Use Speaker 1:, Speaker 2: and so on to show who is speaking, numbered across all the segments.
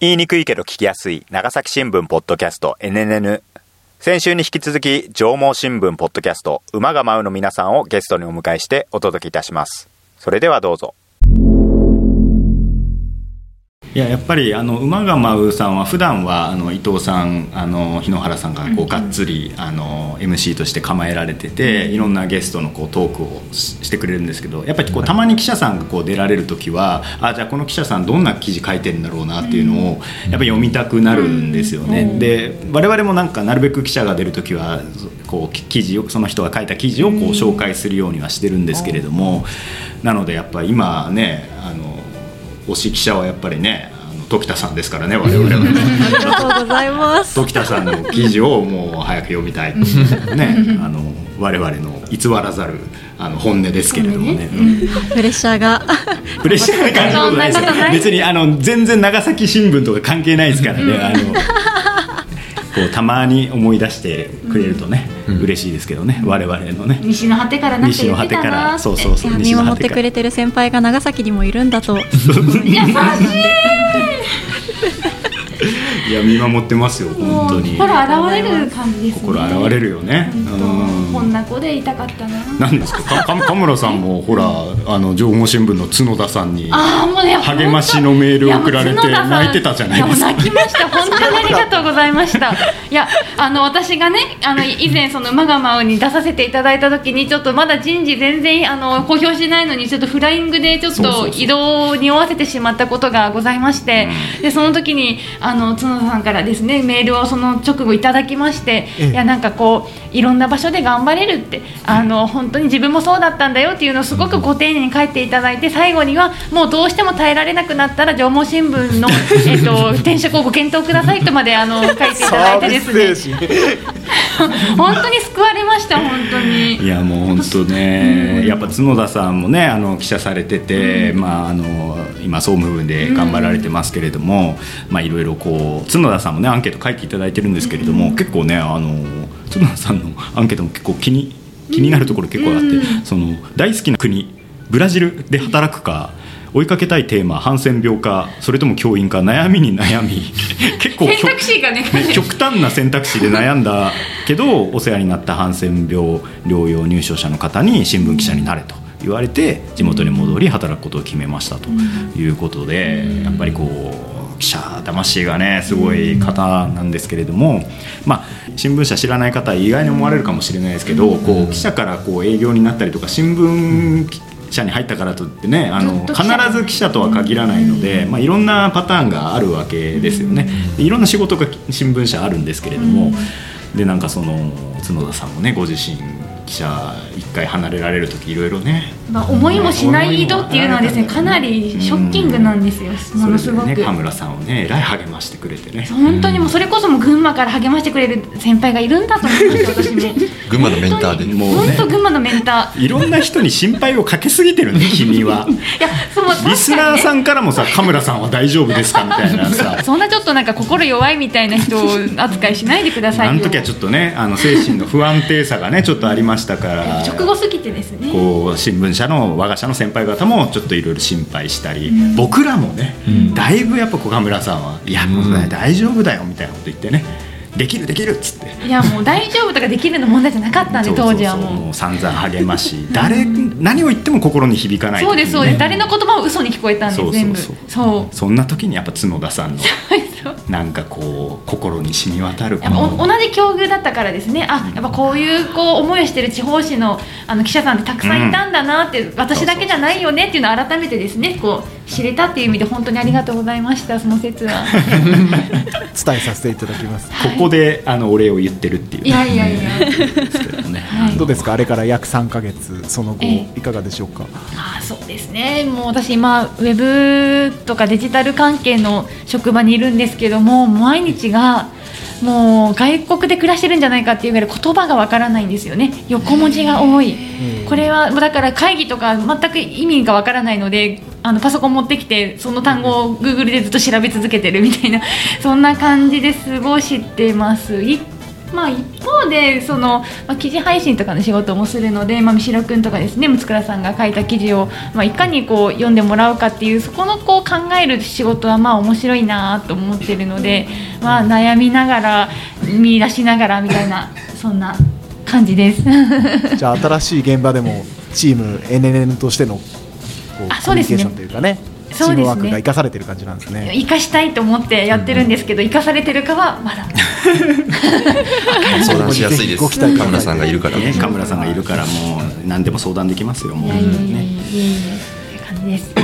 Speaker 1: 言いにくいけど聞きやすい長崎新聞ポッドキャスト NNN 先週に引き続き上毛新聞ポッドキャスト馬が舞うの皆さんをゲストにお迎えしてお届けいたしますそれではどうぞ
Speaker 2: いややっぱりあの馬が舞うさんは普段はあの伊藤さんあの日野原さんがこうがっつりあの MC として構えられてていろんなゲストのこうトークをししてくれるんですけどやっぱりこうたまに記者さんがこう出られる時はあじゃあこの記者さんどんな記事書いてんだろうなっていうのをやっぱり読みたくなるんですよね。で我々もなんかなるべく記者が出る時はこうき記事をその人が書いた記事をこう紹介するようにはしてるんですけれどもなのでやっぱ今ねあの推し記者はやっぱりねあの時田さんですからね我々は ね
Speaker 3: ありがとうございます。
Speaker 2: 時田さんの記事をもう早く読みたいね あの我々の偽らざるあの本音ですけれどもね
Speaker 3: プレッシャーが。
Speaker 2: プレッシャーな感じることないですよ
Speaker 4: そんなことない
Speaker 2: 別にあの全然長崎新聞とか関係ないですからねあのこうたまに思い出してくれるとね、嬉しいですけどね我々のね
Speaker 4: 西の果てからなんて
Speaker 2: 西の
Speaker 4: 言っ
Speaker 2: 果
Speaker 4: て
Speaker 2: て
Speaker 4: た
Speaker 2: か
Speaker 4: なーって
Speaker 2: らそうそうそう
Speaker 3: 見
Speaker 2: 西の
Speaker 3: 守っ
Speaker 2: 果
Speaker 3: て
Speaker 2: てか
Speaker 3: く
Speaker 2: ら
Speaker 3: れてる先輩が長崎にもいる んだと。
Speaker 2: いや見守ってますよ本当に
Speaker 4: 心現れる感じですね
Speaker 2: 心現れるよね
Speaker 4: うんこ
Speaker 2: うん
Speaker 4: んな子でいたかったな
Speaker 2: 何ですかかか田村さんもほらあの情報新聞の角田さんに
Speaker 4: あーもうね
Speaker 2: 励ましのメールを送られて
Speaker 4: いやもう角田さん
Speaker 2: 泣いてたじゃないですか
Speaker 4: やもう泣きました本当にありがとうございましたいやあの私がねあの以前そのマガマウに出させていただいた時にちょっとまだ人事全然あの公表してないのにちょっとフライングでちょっ
Speaker 2: そうそう
Speaker 4: と
Speaker 2: そう
Speaker 4: 移動に合わせてしまったことがございましてでその時にあの角田さんからですねメールをその直後いただきましていやなんかこういろんな場所で頑張れるってあの本当に自分もそうだったんだよっていうのをすごくご丁寧に書いていただいて最後にはもうどうしても耐えられなくなったら上毛新聞 のえっと転職をご検討くださいとまであ の書いていただいてですね本当に救われました本当に
Speaker 2: いやもう本当ね、やっぱ角田さんもねあの記者されてて、まああの今総務部で頑張られてますけれども、まあいろいろこう角田さんもねアンケート書いていただいてるんですけれども、結構ねあの角田さんのアンケートも結構気に気になるところ結構あって、その大好きな国ブラジルで働くか。追いかけたいテーマハンセン病かそれとも教員か悩みに悩み結構
Speaker 4: 選択肢がね
Speaker 2: ね極端な選択肢で悩んだけどお世話になったハンセン病療養入所者の方に新聞記者になれと言われて地元に戻り働くことを決めましたということで、やっぱりこう記者魂がねすごい方なんですけれども、まあ、新聞社知らない方は意外に思われるかもしれないですけど、こう記者からこう営業になったりとか新聞社に入ったからといってねあ
Speaker 4: ず
Speaker 2: の
Speaker 4: っと
Speaker 2: 必
Speaker 4: 記者
Speaker 2: ず記者とは限らないので、まあ、いろんなパターンがあるわけですよね。でいろんな仕事が新聞社あるんですけれども、でなんかその角田さんもねご自身記者一回離れられる時いろいろね
Speaker 4: まあ、思いもしない移動っていうのはですね
Speaker 2: 思いも
Speaker 4: かなりショッキングなんですよも
Speaker 2: そ
Speaker 4: の
Speaker 2: れ
Speaker 4: す
Speaker 2: で
Speaker 4: ごく。
Speaker 2: ね田村さんをねえらい励ましてくれてね
Speaker 4: 本当にもうそれこそもう群馬から励ましてくれる先輩がいるんだと思いました私も
Speaker 5: 群馬のメンターで
Speaker 2: もう
Speaker 4: 本
Speaker 2: ね
Speaker 4: 当群馬のメンター
Speaker 2: いろんな人に心配をかけすぎて るね君は。
Speaker 4: いやそう確かに
Speaker 2: リスナーさんからもさ「田村さんは大丈夫ですか?」みたいなさ
Speaker 4: そんなちょっとなんか心弱いみたいな人を扱いしないでくださいよ
Speaker 2: あの時はちょっとねあの精神の不安定さがねちょっとありましたから
Speaker 4: 直後過ぎてですね
Speaker 2: こう新聞社の我が社の先輩方もちょっといろいろ心配したり、僕らもね、だいぶやっぱ小賀村さんはいやもうね大丈夫だよみたいなこと言ってねできるできるっつって。
Speaker 4: いやもう大丈夫とかできるの問題じゃなかったんで
Speaker 2: そうそう
Speaker 4: 当
Speaker 2: そう
Speaker 4: 時はも
Speaker 2: もう散々励ま し誰何を言っても心に響か
Speaker 4: う
Speaker 2: ない
Speaker 4: そうですそう
Speaker 2: 時に
Speaker 4: で
Speaker 2: ね
Speaker 4: す誰の言葉も嘘に聞こえたんで
Speaker 2: そう
Speaker 4: 全部
Speaker 2: そ
Speaker 4: そうう
Speaker 2: そんな時にやっぱ角田さんの
Speaker 4: そう
Speaker 2: なんかこう心に染み渡る
Speaker 4: やっぱお同じ境遇だったからですねあやっぱこういうこう思いをしてる地方紙のあの記者さんってたくさんいたんだなって、私だけじゃないよねっていうのを改めてですねこう知れたっていう意味で本当にありがとうございましたその説 は
Speaker 6: 伝えさせていただきます。
Speaker 2: ここであのお礼を言ってるっていう
Speaker 4: いやいやい や
Speaker 2: ですけど ね、
Speaker 6: どうですか、あれから約3ヶ月、その後、
Speaker 4: え
Speaker 6: いかがでしょうか。
Speaker 4: あーそうですねもう私今ウェブとかデジタル関係の職場にいるんですけども毎日がもう外国で暮らしてるんじゃないかっていうぐらい言葉がわからないんですよね横文字が多いこれはもうだから会議とか全く意味がわからないのであのパソコン持ってきてその単語を Google でずっと調べ続けてるみたいなそんな感じで過ごしてますいまあ、一方でその、まあ、記事配信とかの仕事もするので、まあ、三代君とかですね六倉さんが書いた記事を、まあ、いかにこう読んでもらうかっていうそこのこう考える仕事はまあ面白いなと思ってるので、まあ、悩みながら見出しながらみたいなそんな感じです。
Speaker 6: じゃあ新しい現場でもチーム NNN としてのこう
Speaker 4: あ
Speaker 6: コ
Speaker 4: そう
Speaker 6: ミュ
Speaker 4: で
Speaker 6: ニ
Speaker 4: すね
Speaker 6: ケーションというかねチ
Speaker 4: そうですね
Speaker 6: ームワークが生かされてる感じなんですね
Speaker 4: 生かしたいと思ってやってるんですけど生かされてるかは まだ
Speaker 5: 相談しやすいです
Speaker 6: ご期待ください
Speaker 5: 神村さんがいるから
Speaker 2: ね、神村さんがいるからもう何でも相談できますよもう、ね、
Speaker 4: って感じです。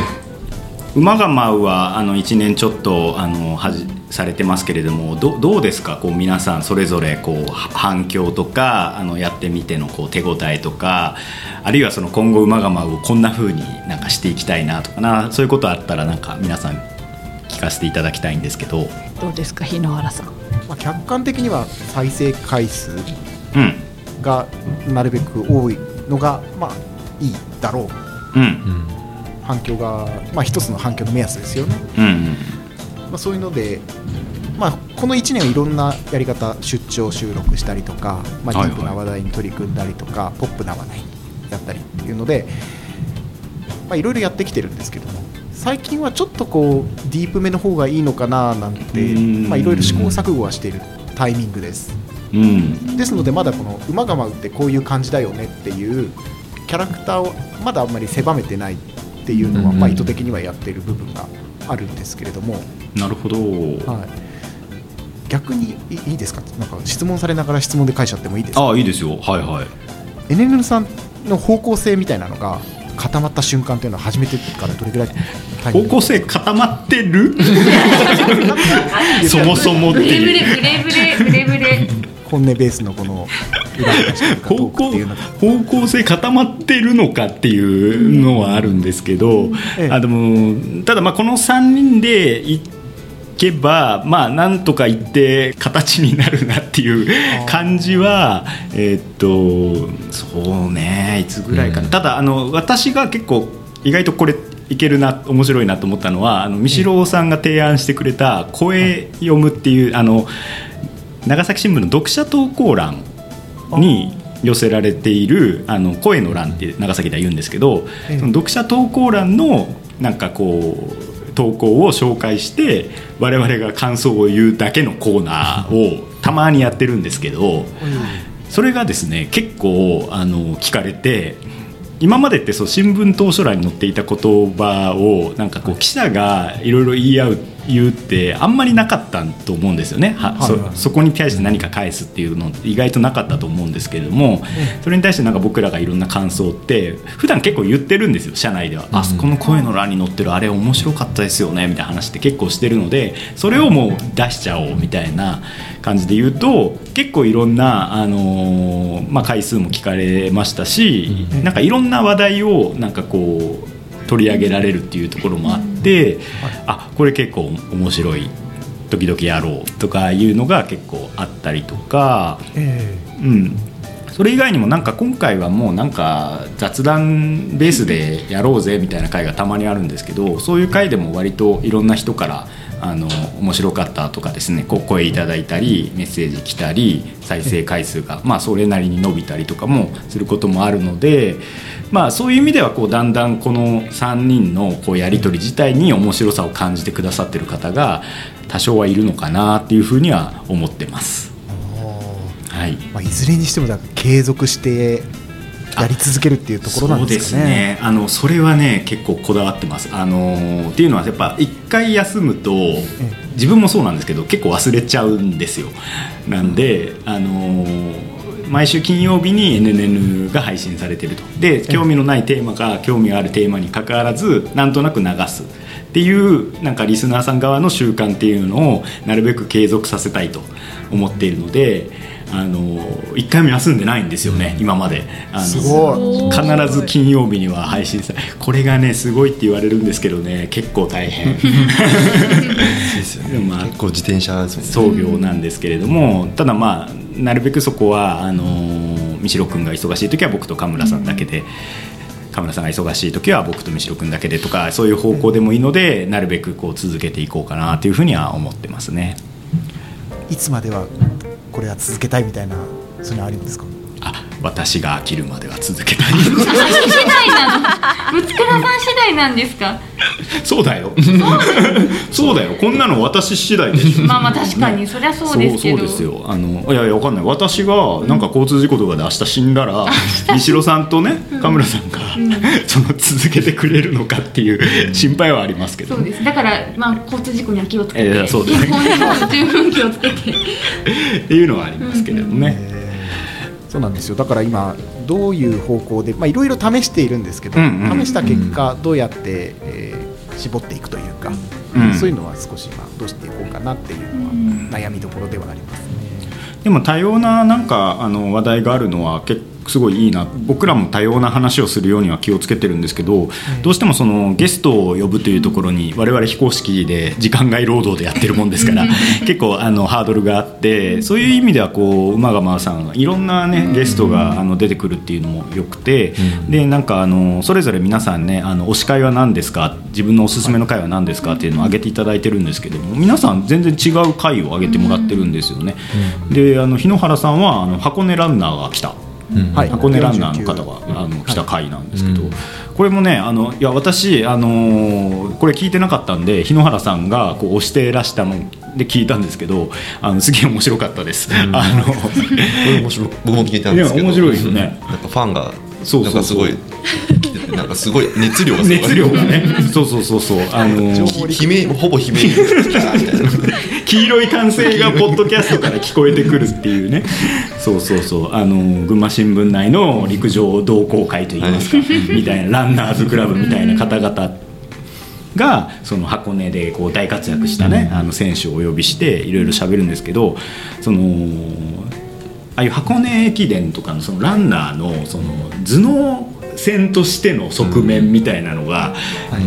Speaker 2: 馬が舞うはあの1年ちょっとあのはじされてますけれどもどどうですかこう皆さんそれぞれこうは反響とかあのやってみてのこう手応えとかあるいはその今後馬が舞うをこんな風になんかしていきたいなとかなそういうことあったらなんか皆さん聞かせていただきたいんですけど。
Speaker 7: どうですか日野原さん
Speaker 6: まあ、客観的には再生回数
Speaker 2: うん
Speaker 6: がなるべく多いのがまあいいだろう
Speaker 2: うん
Speaker 6: 反響が、まあ、一つの反響の目安ですよね、
Speaker 2: うんうん
Speaker 6: まあ、そういうので、まあ、この1年はいろんなやり方出張収録したりとか、まあ、
Speaker 2: はいはい
Speaker 6: ディープな話題に取り組んだりとか、ポップな話題だったりっていうので、まあ、いろいろやってきてるんですけども最近はちょっとこうディープめの方がいいのかななんて、
Speaker 2: うん
Speaker 6: まあ、いろいろ試行錯誤はしているタイミングです
Speaker 2: うん
Speaker 6: ですのでまだこの「馬が舞う」ってこういう感じだよねっていうキャラクターをまだあんまり狭めてないっていうのは、
Speaker 5: うん
Speaker 6: まあ、意図的にはやってる部分があるんですけれども、
Speaker 2: なるほど、
Speaker 6: はい、逆にいいいですかなんか質問されながら質問で返しちゃってもいいですか
Speaker 2: ああいいですよはいはい
Speaker 6: NNN さんの方向性みたいなのが固まった瞬間というのは始めてからどれぐらいタイミン
Speaker 2: 方
Speaker 6: グ
Speaker 2: 向性固まってるそもそもって
Speaker 4: ブ レブ
Speaker 2: い
Speaker 4: レ
Speaker 2: う
Speaker 4: ブレブレブレブレ
Speaker 6: 本音ベースのこの裏話というかト
Speaker 2: 方
Speaker 6: ーク
Speaker 2: 向
Speaker 6: っていうのが
Speaker 2: 方向性固まってるのかっていうのはあるんですけど、
Speaker 6: ええ
Speaker 2: あでもただまあこの3人でいけばまあなんとかいって形になるなっていう感じはえっとそうねいつぐらいかな、
Speaker 5: うん
Speaker 2: ただあの私が結構意外とこれいけるな面白いなと思ったのはあの三代さんが提案してくれた「声読む」っていう、あの長崎新聞の読者投稿欄に寄せられているあの声の欄って長崎では言うんですけど、
Speaker 6: ええ
Speaker 2: その読者投稿欄のなんかこう投稿を紹介して我々が感想を言うだけのコーナーをたまにやってるんですけどそれがですね結構あの聞かれて。今までってそう新聞当初欄に載っていた言葉をなんかこう記者がいろいろ言い合う言うってあんまりなかったと思うんですよね、は
Speaker 6: はいはい
Speaker 2: そそこに対して何か返すっていうのって意外となかったと思うんですけれどもそれに対してなんか僕らがいろんな感想って普段結構言ってるんですよ社内では、あそこの声の欄に載ってるあれ面白かったですよねみたいな話って結構してるのでそれをもう出しちゃおうみたいな感じで言うと結構いろんな、あのーまあ、回数も聞かれましたし、なんかいろんな話題をなんかこう取り上げられるっていうところもあって、あこれ結構面白い時々やろうとかいうのが結構あったりとか、
Speaker 6: え
Speaker 2: うん、それ以外にもなんか今回はもうなんか雑談ベースでやろうぜみたいな回がたまにあるんですけどそういう回でも割といろんな人からあの面白かったとかですねこう声いただいたりメッセージ来たり再生回数が、まあ、それなりに伸びたりとかもすることもあるので、まあ、そういう意味ではこうだんだんこの3人のこうやり取り自体に面白さを感じてくださってる方が多少はいるのかなっていうふうには思ってます。はい
Speaker 6: まあ、いずれにしてもだから継続してやり続けるっていうところなんですかね。
Speaker 2: そうですねあのそれはね結構こだわってます、あのーっていうのはやっぱ一回休むと自分もそうなんですけど結構忘れちゃうんですよなんで、あのー毎週金曜日に NNN が配信されてるとで興味のないテーマが興味があるテーマにかかわらずなんとなく流すっていうなんかリスナーさん側の習慣っていうのをなるべく継続させたいと思っているのであのー一回も休んでないんですよね、今まであの
Speaker 6: すご
Speaker 2: 必ず金曜日には配信されこれがねすごいって言われるんですけどね結構大変
Speaker 5: ですよね
Speaker 2: まあ
Speaker 5: 結構自転車ですもんね
Speaker 2: 創業なんですけれどもただまあなるべくそこはあのー三代君が忙しい時は僕と神村さんだけで。神村さんが忙しい時は僕と三代君だけでとかそういう方向でもいいのでなるべくこう続けていこうかなというふうには思ってますね。
Speaker 6: いつまではこれは続けたいみたいなそういうのあるんですか
Speaker 2: あ私が飽きるまでは続けたい
Speaker 4: 私次第なの。ぶつくらさん次第なんですか。
Speaker 2: そうだよそうだよこんなの私次第でしょ
Speaker 4: まあまあ確かにそりゃそうですけど。
Speaker 2: そうそうですよあのいやいやわかんない私がなんか交通事故とかで明日死んだら三代さんとね神村さんが、その続けてくれるのかっていう心配はありますけど
Speaker 4: そうです。だからまあ交通事故には気をつけて、
Speaker 2: えーそうです
Speaker 4: 健康にも十分気をつけて。
Speaker 2: っていうのはありますけれどね、
Speaker 6: えーそうなんですよだから今どういう方向でまあいろいろ試しているんですけど、
Speaker 2: うんうん
Speaker 6: 試した結果どうやって、えー絞っていくというか、
Speaker 2: うん
Speaker 6: そういうのは少し今どうしていこうかなっていうのは
Speaker 4: うん
Speaker 6: 悩みどころではあります、
Speaker 2: でも多様ななんかあの話題があるのは結構すごいいいな僕らも多様な話をするようには気をつけてるんですけど、どうしてもそのゲストを呼ぶというところに我々非公式で時間外労働でやってるもんですから結構あのハードルがあってそういう意味ではこう馬がまさんがいろんなねゲストがあの出てくるっていうのもよくて、でなんかあのそれぞれ皆さんねあの推し会は何ですか自分のおすすめの会は何ですかっていうのを挙げていただいてるんですけども皆さん全然違う会を挙げてもらってるんですよね。であの日野原さんはあの箱根ランナーが来た
Speaker 6: はい
Speaker 2: 箱根ランナーの方があの来た回なんですけど、これもねあのいや私、あのーこれ聞いてなかったんで日野原さんがこう押してらしたので聞いたんですけどあのすげえ面白かったです。あの
Speaker 5: れ面白い僕も聞いたんですけ
Speaker 2: いや
Speaker 5: ど
Speaker 2: 面白いですね
Speaker 5: なんかファンが
Speaker 2: そうそうそう
Speaker 5: なんかすごい来ててなんかすごい熱量がすごい
Speaker 2: 熱量がね、そうそうそうそう、あのー
Speaker 5: ひ悲鳴ほぼ悲鳴みたいな
Speaker 2: 黄色い歓声がポッドキャストから聞こえてくるっていうねそうそうそうあの群馬新聞内の陸上同好会といいますかみたいなランナーズクラブみたいな方々がその箱根でこう大活躍したねあの選手をお呼びしていろいろ喋るんですけどそのああいう箱根駅伝とかのそのランナーのその頭脳戦としての側面みたいなのが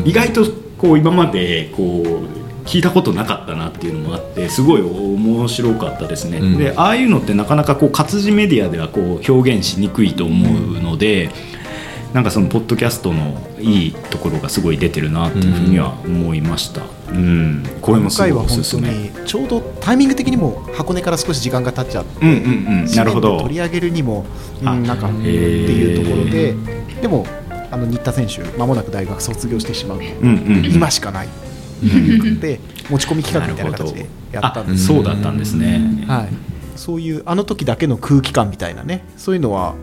Speaker 2: 意外とこう今までこう聞いたことなかったなっていうのもあってすごい面白かったですね。
Speaker 5: うん
Speaker 2: でああいうのってなかなかこう活字メディアではこう表現しにくいと思うので。なんかそのポッドキャストのいいところがすごい出てるなっていうふうには思いました。うん、これも
Speaker 6: 今
Speaker 2: すご
Speaker 6: 回
Speaker 2: い
Speaker 6: は
Speaker 2: お
Speaker 6: 本
Speaker 2: すす
Speaker 6: 当
Speaker 2: め。
Speaker 6: にちょうどタイミング的にも箱根から少し時間が経っちゃって
Speaker 2: うんうんうん、なるほ
Speaker 6: 紙面で
Speaker 2: ど
Speaker 6: 取。り上げるにも、う
Speaker 2: あ
Speaker 6: ん、なんかっていうところで、でもあの新田選手まもなく大学卒業してしまう、
Speaker 2: うんうん、
Speaker 6: 今しかないで持ち込み企画みたいな形でやったんです
Speaker 2: あそうだったんですね。
Speaker 6: はい、そういうあの時だけの空気感みたいなねそういうのは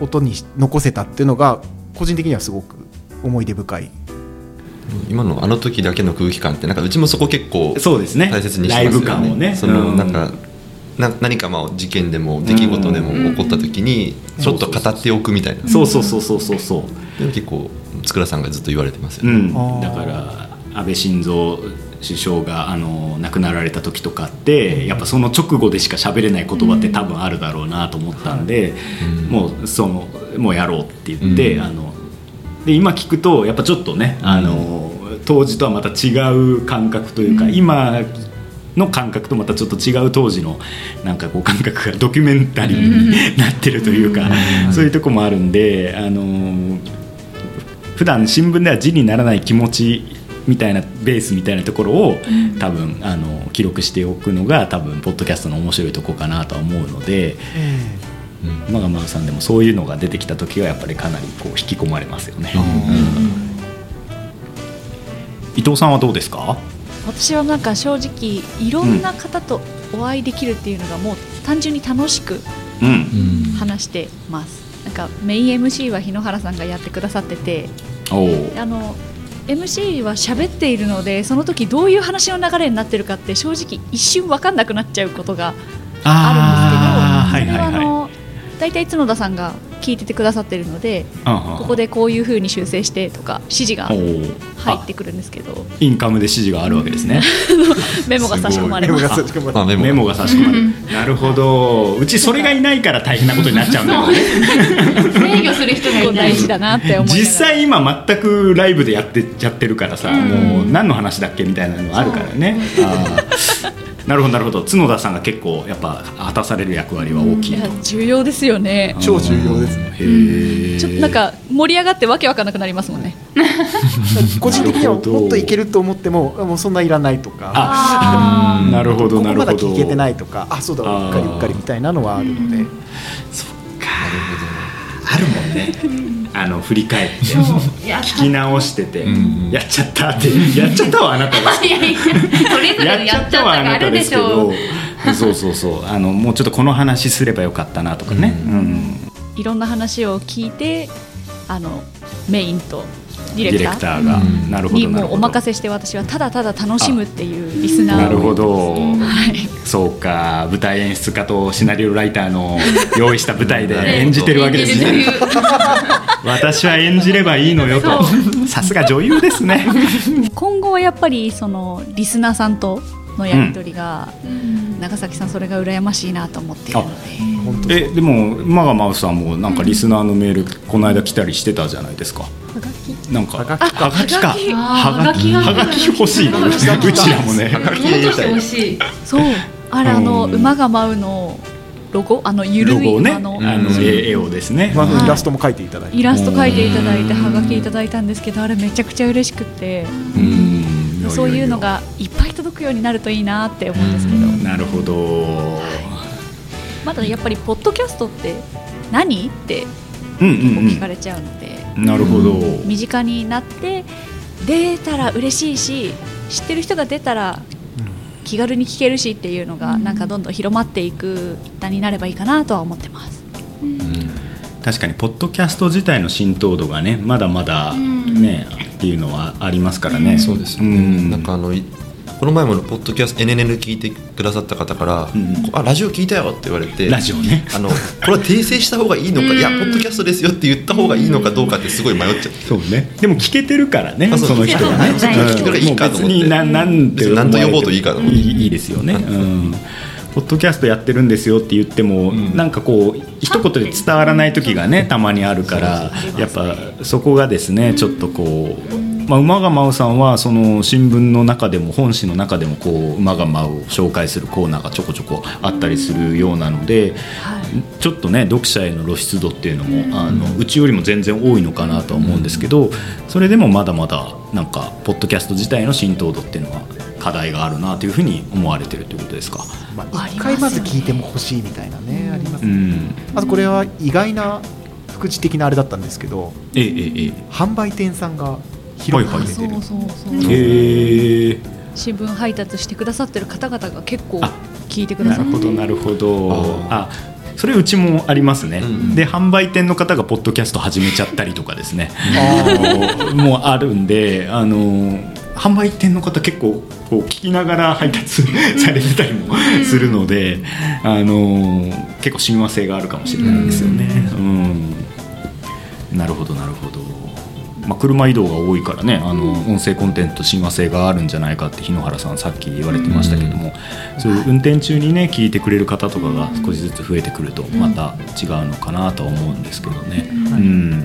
Speaker 6: 音に残せたっていうのが個人的にはすごく思い出深い
Speaker 5: 今のあの時だけの空気感ってなんかうちもそこ結構
Speaker 2: そうですね
Speaker 5: 大切にしてますよね
Speaker 2: ライブ感をね
Speaker 5: その
Speaker 2: うん
Speaker 5: なんかな何かまあ事件でも出来事でも起こった時にちょっと語っておくみたいな
Speaker 2: そうそうそうそうそうそう。
Speaker 5: でも結構つくらさんがずっと言われてますよ
Speaker 2: う
Speaker 5: ね、
Speaker 2: ん
Speaker 6: あー、
Speaker 2: だから安倍晋三首相があの亡くなられた時とかってやっぱその直後でしか喋れない言葉って多分あるだろうなと思ったんで、もうそのもうやろうって言って、
Speaker 5: うん
Speaker 2: あので今聞くとやっぱちょっとね、あの当時とはまた違う感覚というか、今の感覚とまたちょっと違う当時のなんかこう感覚がドキュメンタリーになってるというか、そういうとこもあるんであの普段新聞では字にならない気持ちみたいなベースみたいなところを多分あの記録しておくのが多分ポッドキャストの面白いとこかなとは思うので馬がまるさんでもそういうのが出てきた時はやっぱりかなりこう引き込まれますよね、伊藤さんはどうですか
Speaker 7: 私はなんか正直いろんな方とお会いできるっていうのがもう単純に楽しく
Speaker 2: うん
Speaker 7: 話してます、なんかメイン MC は日野原さんがやってくださってて
Speaker 2: おう
Speaker 7: あの MC は喋っているのでその時どういう話の流れになってるかって正直一瞬分かんなくなっちゃうことがあるんで
Speaker 2: あーはいはい
Speaker 7: すけど、それ
Speaker 2: はい
Speaker 7: はあの大体角田さんが聞いててくださってるので
Speaker 2: ああ
Speaker 7: ここでこういう風に修正してとか指示が
Speaker 2: おう
Speaker 7: 入
Speaker 2: あ
Speaker 7: ってくるんですけど
Speaker 2: インカムで指示があるわけですね
Speaker 7: メモが差し込まれま
Speaker 6: 僕
Speaker 7: す
Speaker 6: が正直思っ
Speaker 5: まあ、メモ
Speaker 2: メモが差し込まれ るなるほどうちそれがいないから大変なことになっちゃうんだ よね
Speaker 4: 制御する人が
Speaker 7: 結構
Speaker 4: いない
Speaker 7: 大事だなって思いながら
Speaker 2: 実際今全くライブでやってやってるからさ、
Speaker 4: ん
Speaker 2: もう何の話だっけみたいなのあるからね、あーなるほどなるほど角田さんが結構やっぱ果たされる役割は大きい
Speaker 7: いや
Speaker 2: と
Speaker 7: 重要ですよね
Speaker 6: 超重要です ね
Speaker 2: へえ
Speaker 7: ちょっとなんか盛り上がってわけわかんなくなりますもんね
Speaker 6: 個人的に
Speaker 2: なる
Speaker 6: は
Speaker 2: ほど
Speaker 6: もっといけると思ってももうそんないらないとか
Speaker 2: あなるほ
Speaker 6: こ
Speaker 2: ど
Speaker 6: こ
Speaker 2: なる
Speaker 6: ま
Speaker 2: ほ
Speaker 6: だ
Speaker 2: ど
Speaker 6: 聞けてないとかあそうだうっかりうっかりみたいなのはあるので
Speaker 2: あるもんねあの振り返って聞き直してて
Speaker 5: ん
Speaker 2: やっちゃったってやっちゃったわあなたが
Speaker 4: いやいやそれぞれ やっちゃったがあるでしょう
Speaker 2: そうそうそうあのもうちょっとこの話すればよかったなとかね、うん
Speaker 7: いろんな話を聞いてあのメインとデ
Speaker 2: ディ
Speaker 7: ィレ
Speaker 2: レ
Speaker 7: クタ
Speaker 2: ク
Speaker 7: ー
Speaker 2: ターが、
Speaker 5: うん
Speaker 2: なるほ
Speaker 7: に
Speaker 2: どなるほ
Speaker 7: もうお
Speaker 2: ど
Speaker 7: 任せして私はただただ楽しむっていうリスナーを
Speaker 2: なるほど、
Speaker 7: はい
Speaker 2: そうか舞台演出家とシナリオライター の用意した舞台で演じてるわけです
Speaker 4: 演じ
Speaker 2: ね
Speaker 4: るという
Speaker 2: 私は演じればいいのよとさすが女優です ね
Speaker 7: 今後はやっぱりそのリスナーさんとのやり取りが、長崎さんそれが羨ましいなと思っているので
Speaker 6: 本当
Speaker 2: えでもマガマウスさんもなんかリスナーのメールこの間来たりしてたじゃないですかなんかはがきかは
Speaker 4: は
Speaker 2: が
Speaker 4: が
Speaker 2: き
Speaker 4: き
Speaker 2: はがき欲しいねうちうちらもね
Speaker 4: 戻してほしい
Speaker 7: そうあれあの
Speaker 2: うん
Speaker 7: 馬が舞うのロゴあのゆ
Speaker 2: ロ
Speaker 7: るい
Speaker 2: ゴをね
Speaker 7: 馬
Speaker 2: あ
Speaker 7: の、
Speaker 2: の絵絵をですね
Speaker 6: まあイラストも描いていただいて
Speaker 7: イラスト描いていただいてはがきいただいたんですけどあれめちゃくちゃ嬉しくて
Speaker 2: うんや
Speaker 7: そういうのがいっぱい届くようになるといいなって思うんですけど
Speaker 2: なるほど
Speaker 7: まだやっぱりポッドキャストって何って
Speaker 2: うん
Speaker 7: 結構
Speaker 2: うん
Speaker 7: 聞かれちゃうので、
Speaker 2: うんなるほど
Speaker 7: 身近になって出たら嬉しいし知ってる人が出たら気軽に聞けるしっていうのがなんかどんどん広まっていく一端になればいいかなとは思ってます。
Speaker 2: 確かにポッドキャスト自体の浸透度がねまだまだね、っていうのはありますからね、
Speaker 5: そうですよね、
Speaker 2: ん
Speaker 5: なんかあのいこの前もポッドキャスト NNN 聞いてくださった方から「
Speaker 2: うん
Speaker 5: あラジオ聞いたよ」って言われて
Speaker 2: ラジオね
Speaker 5: あのこれは訂正した方がいいのか「いやポッドキャストですよ」って言った方がいいのかどうかってすごい迷 っちゃって。
Speaker 2: そうねでも聞けてるからね
Speaker 5: あそう
Speaker 2: その人がね
Speaker 5: 聞けてる
Speaker 2: うん
Speaker 5: 聞けてるいいかと思って
Speaker 2: もう別にななんて
Speaker 5: 別に何と呼ぼうといいかと思って
Speaker 2: いいいですよね、うん、ポッドキャストやってるんですよって言っても、
Speaker 5: ん
Speaker 2: なんかこう一言で伝わらない時がねたまにあるからやっぱそこがですねちょっとこう、まあ、馬が舞うさんはその新聞の中でも本誌の中でもこう馬が舞うを紹介するコーナーがちょこちょこあったりするようなので、ちょっとね読者への露出度っていうのもあのうちよりも全然多いのかなとは思うんですけどそれでもまだまだなんかポッドキャスト自体の浸透度っていうのは課題があるなというふうに思われてるということですか。
Speaker 6: ま
Speaker 7: あ
Speaker 6: あ、
Speaker 7: りますよね
Speaker 6: 一回まず聞いても欲しいみたいなねあります
Speaker 2: う
Speaker 6: ね
Speaker 2: ん
Speaker 6: あとこれは意外な副次的なあれだったんですけど
Speaker 2: えええ
Speaker 6: 販売店さんが広く
Speaker 2: は
Speaker 6: 入
Speaker 2: い
Speaker 6: れてる、
Speaker 7: そうそう
Speaker 2: えへえ
Speaker 7: 新聞配達してくださってる方々が結構
Speaker 2: あ
Speaker 7: 聞いてくだ
Speaker 2: な
Speaker 7: さ
Speaker 2: る
Speaker 7: っ
Speaker 2: ほ
Speaker 7: て
Speaker 2: どなるほどあ
Speaker 5: あ
Speaker 2: それうちもありますね、
Speaker 5: うん
Speaker 2: で販売店の方がポッドキャスト始めちゃったりとかですね
Speaker 6: あ
Speaker 2: もうあるんであの販売店の方結構こう聞きながら配達されてたりもするので、あの結構親和性があるかもしれないですよね。うんなるほどなるほど。まあ、車移動が多いからねあの音声コンテンツと親和性があるんじゃないかって日野原さんさっき言われてましたけども、そういう運転中にね聞いてくれる方とかが少しずつ増えてくるとまた違うのかなとは思うんですけどね。うん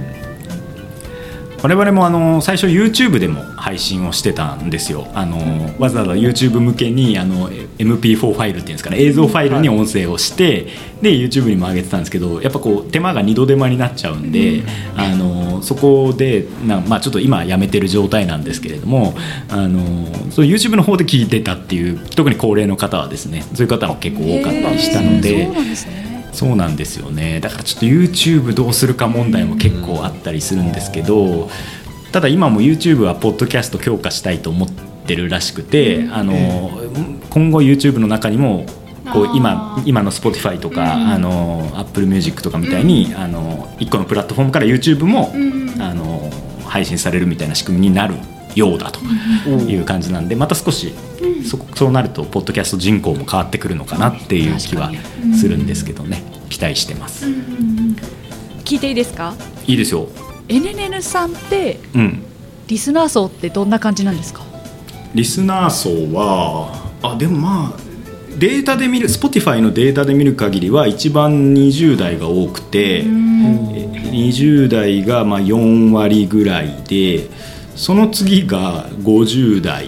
Speaker 2: 我々もあの最初 YouTube でも配信をしてたんですよあのわざわざ YouTube 向けにあの MP4 ファイルっていうんですかね映像ファイルに音声をしてで YouTube にも上げてたんですけどやっぱこう手間が二度手間になっちゃうんであのそこでな、まあ、ちょっと今やめてる状態なんですけれどもあのそう YouTube の方で聞いてたっていう特に高齢の方はですねそういう方も結構多かったりしたので。
Speaker 7: へーそうなんですね
Speaker 2: そうなんですよねだからちょっと YouTube どうするか問題も結構あったりするんですけどただ今も YouTube はポッドキャスト強化したいと思ってるらしくてあの、今後 YouTube の中にもこう
Speaker 4: あー
Speaker 2: 今今の Spotify とか、あの Apple Music とかみたいに、あの一個のプラットフォームから YouTube も、あの配信されるみたいな仕組みになるようだという感じなんでまた少しそこそうなるとポッドキャスト人口も変わってくるのかなっていう気はするんですけどね期待してます。
Speaker 7: 聞いていいですか
Speaker 2: いいですよ。
Speaker 7: NNN さんって
Speaker 2: うん。
Speaker 7: リスナー層ってどんな感じなんですか
Speaker 2: リスナー層はあでもまあデータで見る Spotify のデータで見る限りは一番20代が多くてえ20代がまあ4割ぐらいでその次が50代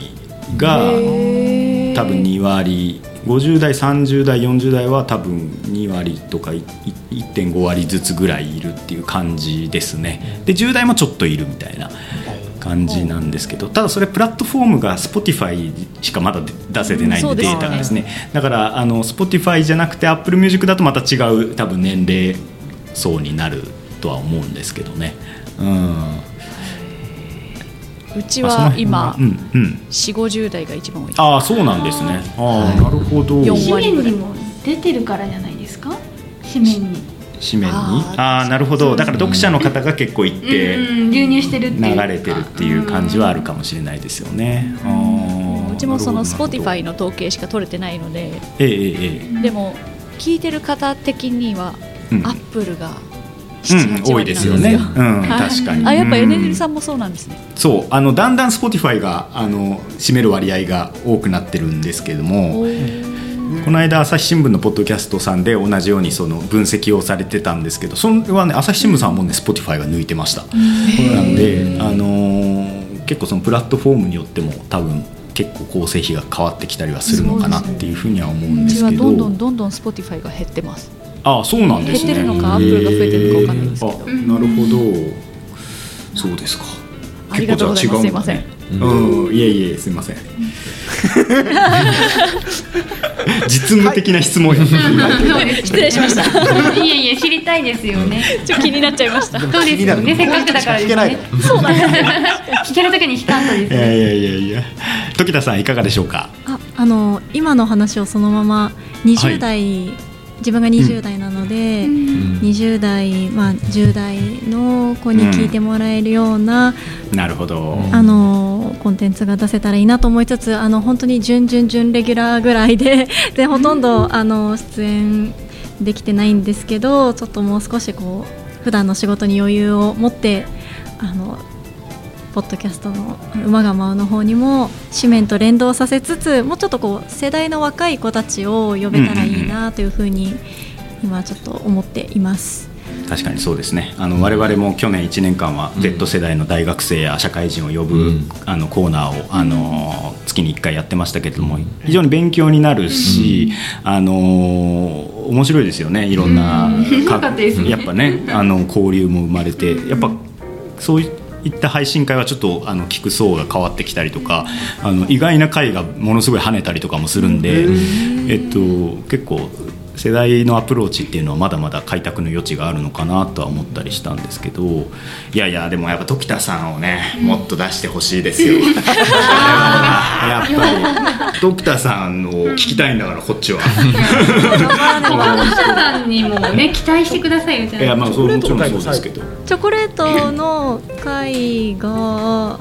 Speaker 2: が
Speaker 7: へー
Speaker 2: 多分2割50代30代40代は多分2割とかいい1.5割ずつぐらいいるっていう感じですねで10代もちょっといるみたいな感じなんですけどただそれプラットフォームが Spotify しかまだ出せてないん
Speaker 7: うんそう
Speaker 2: でデ
Speaker 7: です
Speaker 2: ー
Speaker 7: よね
Speaker 2: タがですねだからあの Spotify じゃなくて AppleMusic だとまた違う多分年齢層になるとは思うんですけどねうん
Speaker 7: うち
Speaker 2: まあその
Speaker 7: は
Speaker 2: 辺
Speaker 7: 今
Speaker 2: うんうん
Speaker 7: 4 5 0代が一番多い
Speaker 2: ああそうなんですねああなるほど
Speaker 7: 四
Speaker 4: 紙
Speaker 7: 割
Speaker 4: 面にも出てるからじゃないですか紙面に、
Speaker 2: 紙面に
Speaker 7: あー
Speaker 2: ああなるほどだから読者の方が結構行って
Speaker 4: うん
Speaker 2: 流
Speaker 4: うん、流入してるっていうか
Speaker 2: れてるっていう感じはあるかもしれないですよねあー
Speaker 7: うちもその
Speaker 2: なるほど
Speaker 7: Spotify の統計しか取れてないので
Speaker 2: えええええ
Speaker 4: うん
Speaker 7: でも聞いてる方的には
Speaker 2: えうん
Speaker 7: アップルが
Speaker 2: うん
Speaker 7: 78割
Speaker 2: 多いですよね、うん、
Speaker 7: はい
Speaker 2: 確かに
Speaker 7: あやっぱエネ
Speaker 2: うん
Speaker 7: ルギーさんもそうなんですね
Speaker 2: そうあのだんだん Spotify があの占める割合が多くなってるんですけれどもこの間朝日新聞のポッドキャストさんで同じようにその分析をされてたんですけどそれはね朝日新聞さんはもうね Spotify が抜いてました、なんで、あのー結構そのプラットフォームによっても多分結構構成比が変わってきたりはするのかなっていうふうには思うん
Speaker 7: う
Speaker 2: で
Speaker 7: ち
Speaker 2: す
Speaker 7: は
Speaker 2: けど
Speaker 7: どんどんどんどん Spotify が減ってます
Speaker 2: ああそうなんですね
Speaker 7: 減ってるのかアップルが増えてるのかわかんないですけど
Speaker 2: えーあなるほどそうですか
Speaker 7: ありがとうございま
Speaker 2: 結構
Speaker 7: す
Speaker 2: じゃあ違うんだねうん、いえいえすい ません 実務的な質問や、
Speaker 4: そうです
Speaker 7: 失礼しました
Speaker 4: いえいえ知りたいですよね
Speaker 7: ちょっと気になっちゃいました
Speaker 6: でも
Speaker 4: そうですよね
Speaker 6: 気にな
Speaker 4: せ
Speaker 6: る
Speaker 4: っかくだからですね
Speaker 6: 聞けないの
Speaker 7: そうなんです
Speaker 4: 聞ける時に聞かんとです
Speaker 2: いや
Speaker 4: ね
Speaker 2: いやいやいや時田さんいかがでしょうか
Speaker 3: ああの今の話をそのまま
Speaker 2: はい
Speaker 3: 20代、自分が20代なので、20代、まあ、10代の子に聞いてもらえるような、
Speaker 2: なるほど、
Speaker 3: あのコンテンツが出せたらいいなと思いつつあの本当に準々準レギュラーぐらいで でほとんどあの出演できてないんですけどちょっともう少しこう普段の仕事に余裕を持ってあのポッドキャストの「馬が舞う」の方にも紙面と連動させつつもうちょっとこう世代の若い子たちを呼べたらいいなというふうに今ちょっと思っています。
Speaker 2: 確かにそうですねあの我々も去年1年間は Z 世代の大学生や社会人を呼ぶ、
Speaker 5: うん
Speaker 2: あのコーナーをあの月に1回やってましたけれども非常に勉強になるし、あの面白いですよねいろんな、
Speaker 4: うんよかったですね
Speaker 2: やっぱねあの交流も生まれてやっぱそういった配信会はちょっとあの聞く層が変わってきたりとかあの意外な回がものすごい跳ねたりとかもするんで、えっと、結構世代のアプローチっていうのはまだまだ開拓の余地があるのかなとは思ったりしたんですけどいやいやでもやっぱ時田さんをねもっと出してほしい ですよ。やっぱり時田さんを聞きたいんだからこっ ちは。
Speaker 4: 他の社さんにもね期待してくださいよじゃ
Speaker 2: いや
Speaker 4: あ
Speaker 2: まあそうもちろんそうですけど。
Speaker 3: チョコレートの会が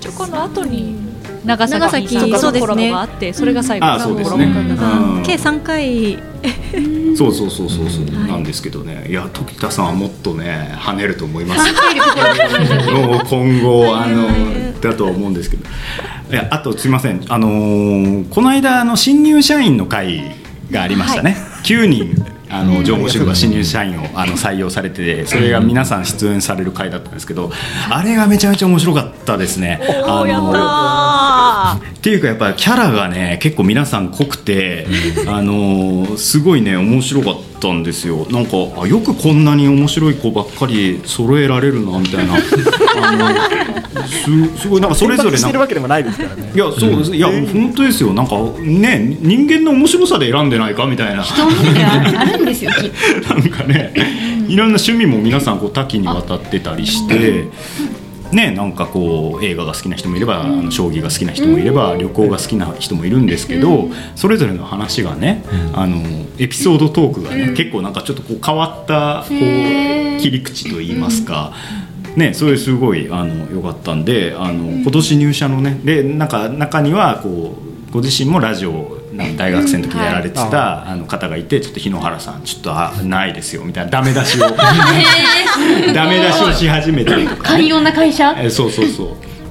Speaker 7: チョコの後に長崎
Speaker 3: 長崎
Speaker 7: と
Speaker 3: そうですね
Speaker 7: コラボがあってそれが最後
Speaker 2: ああそうですね。うん
Speaker 3: 計3回
Speaker 2: そうそうそうそうそう、
Speaker 3: はい
Speaker 2: なんですけどねいや時田さんはもっとね跳ねると思い ますよもう今後あのだとは思うんですけどいやあとすいませんあのーこの間あの新入社員の会がありましたね、9人あの情報主婦が新入社員をあの採用されててそれが皆さん出演される会だったんですけどあれがめちゃめちゃ面白かったですね。あのっていうかやっぱりキャラがね結構皆さん濃くて、あのーすごいね面白かったんですよなんかあよくこんなに面白い子ばっかり揃えられるなみ たいなあのすすごいなんかそれぞれ
Speaker 6: 選
Speaker 2: なん
Speaker 6: 抜してる
Speaker 2: か
Speaker 6: わけでもないですからね
Speaker 2: いやそうですねいや本当ですよなんかね人間の面白さで選んでないかみたい な
Speaker 4: 人見てあるんですよきっと
Speaker 2: なんかね、いろんな趣味も皆さんこう多岐にわたってたりして。ね、なんかこう映画が好きな人もいれば、あの将棋が好きな人もいれば、旅行が好きな人もいるんですけど、それぞれの話がね、あのエピソードトークがね、結構なんかちょっとこう変わったこ
Speaker 4: へ
Speaker 2: う
Speaker 4: ー
Speaker 2: 切り口といいますか。ね、それすごいあの良かったんであの今年入社のねでなんか中にはこうご自身もラジオなんか大学生の時にやられてた、あの方がいてちょっと日野原さんちょっとあないですよみたいなダメ出 しをダメ出し をし始めたりとか
Speaker 4: 寛容な会社
Speaker 2: えーそうそうそう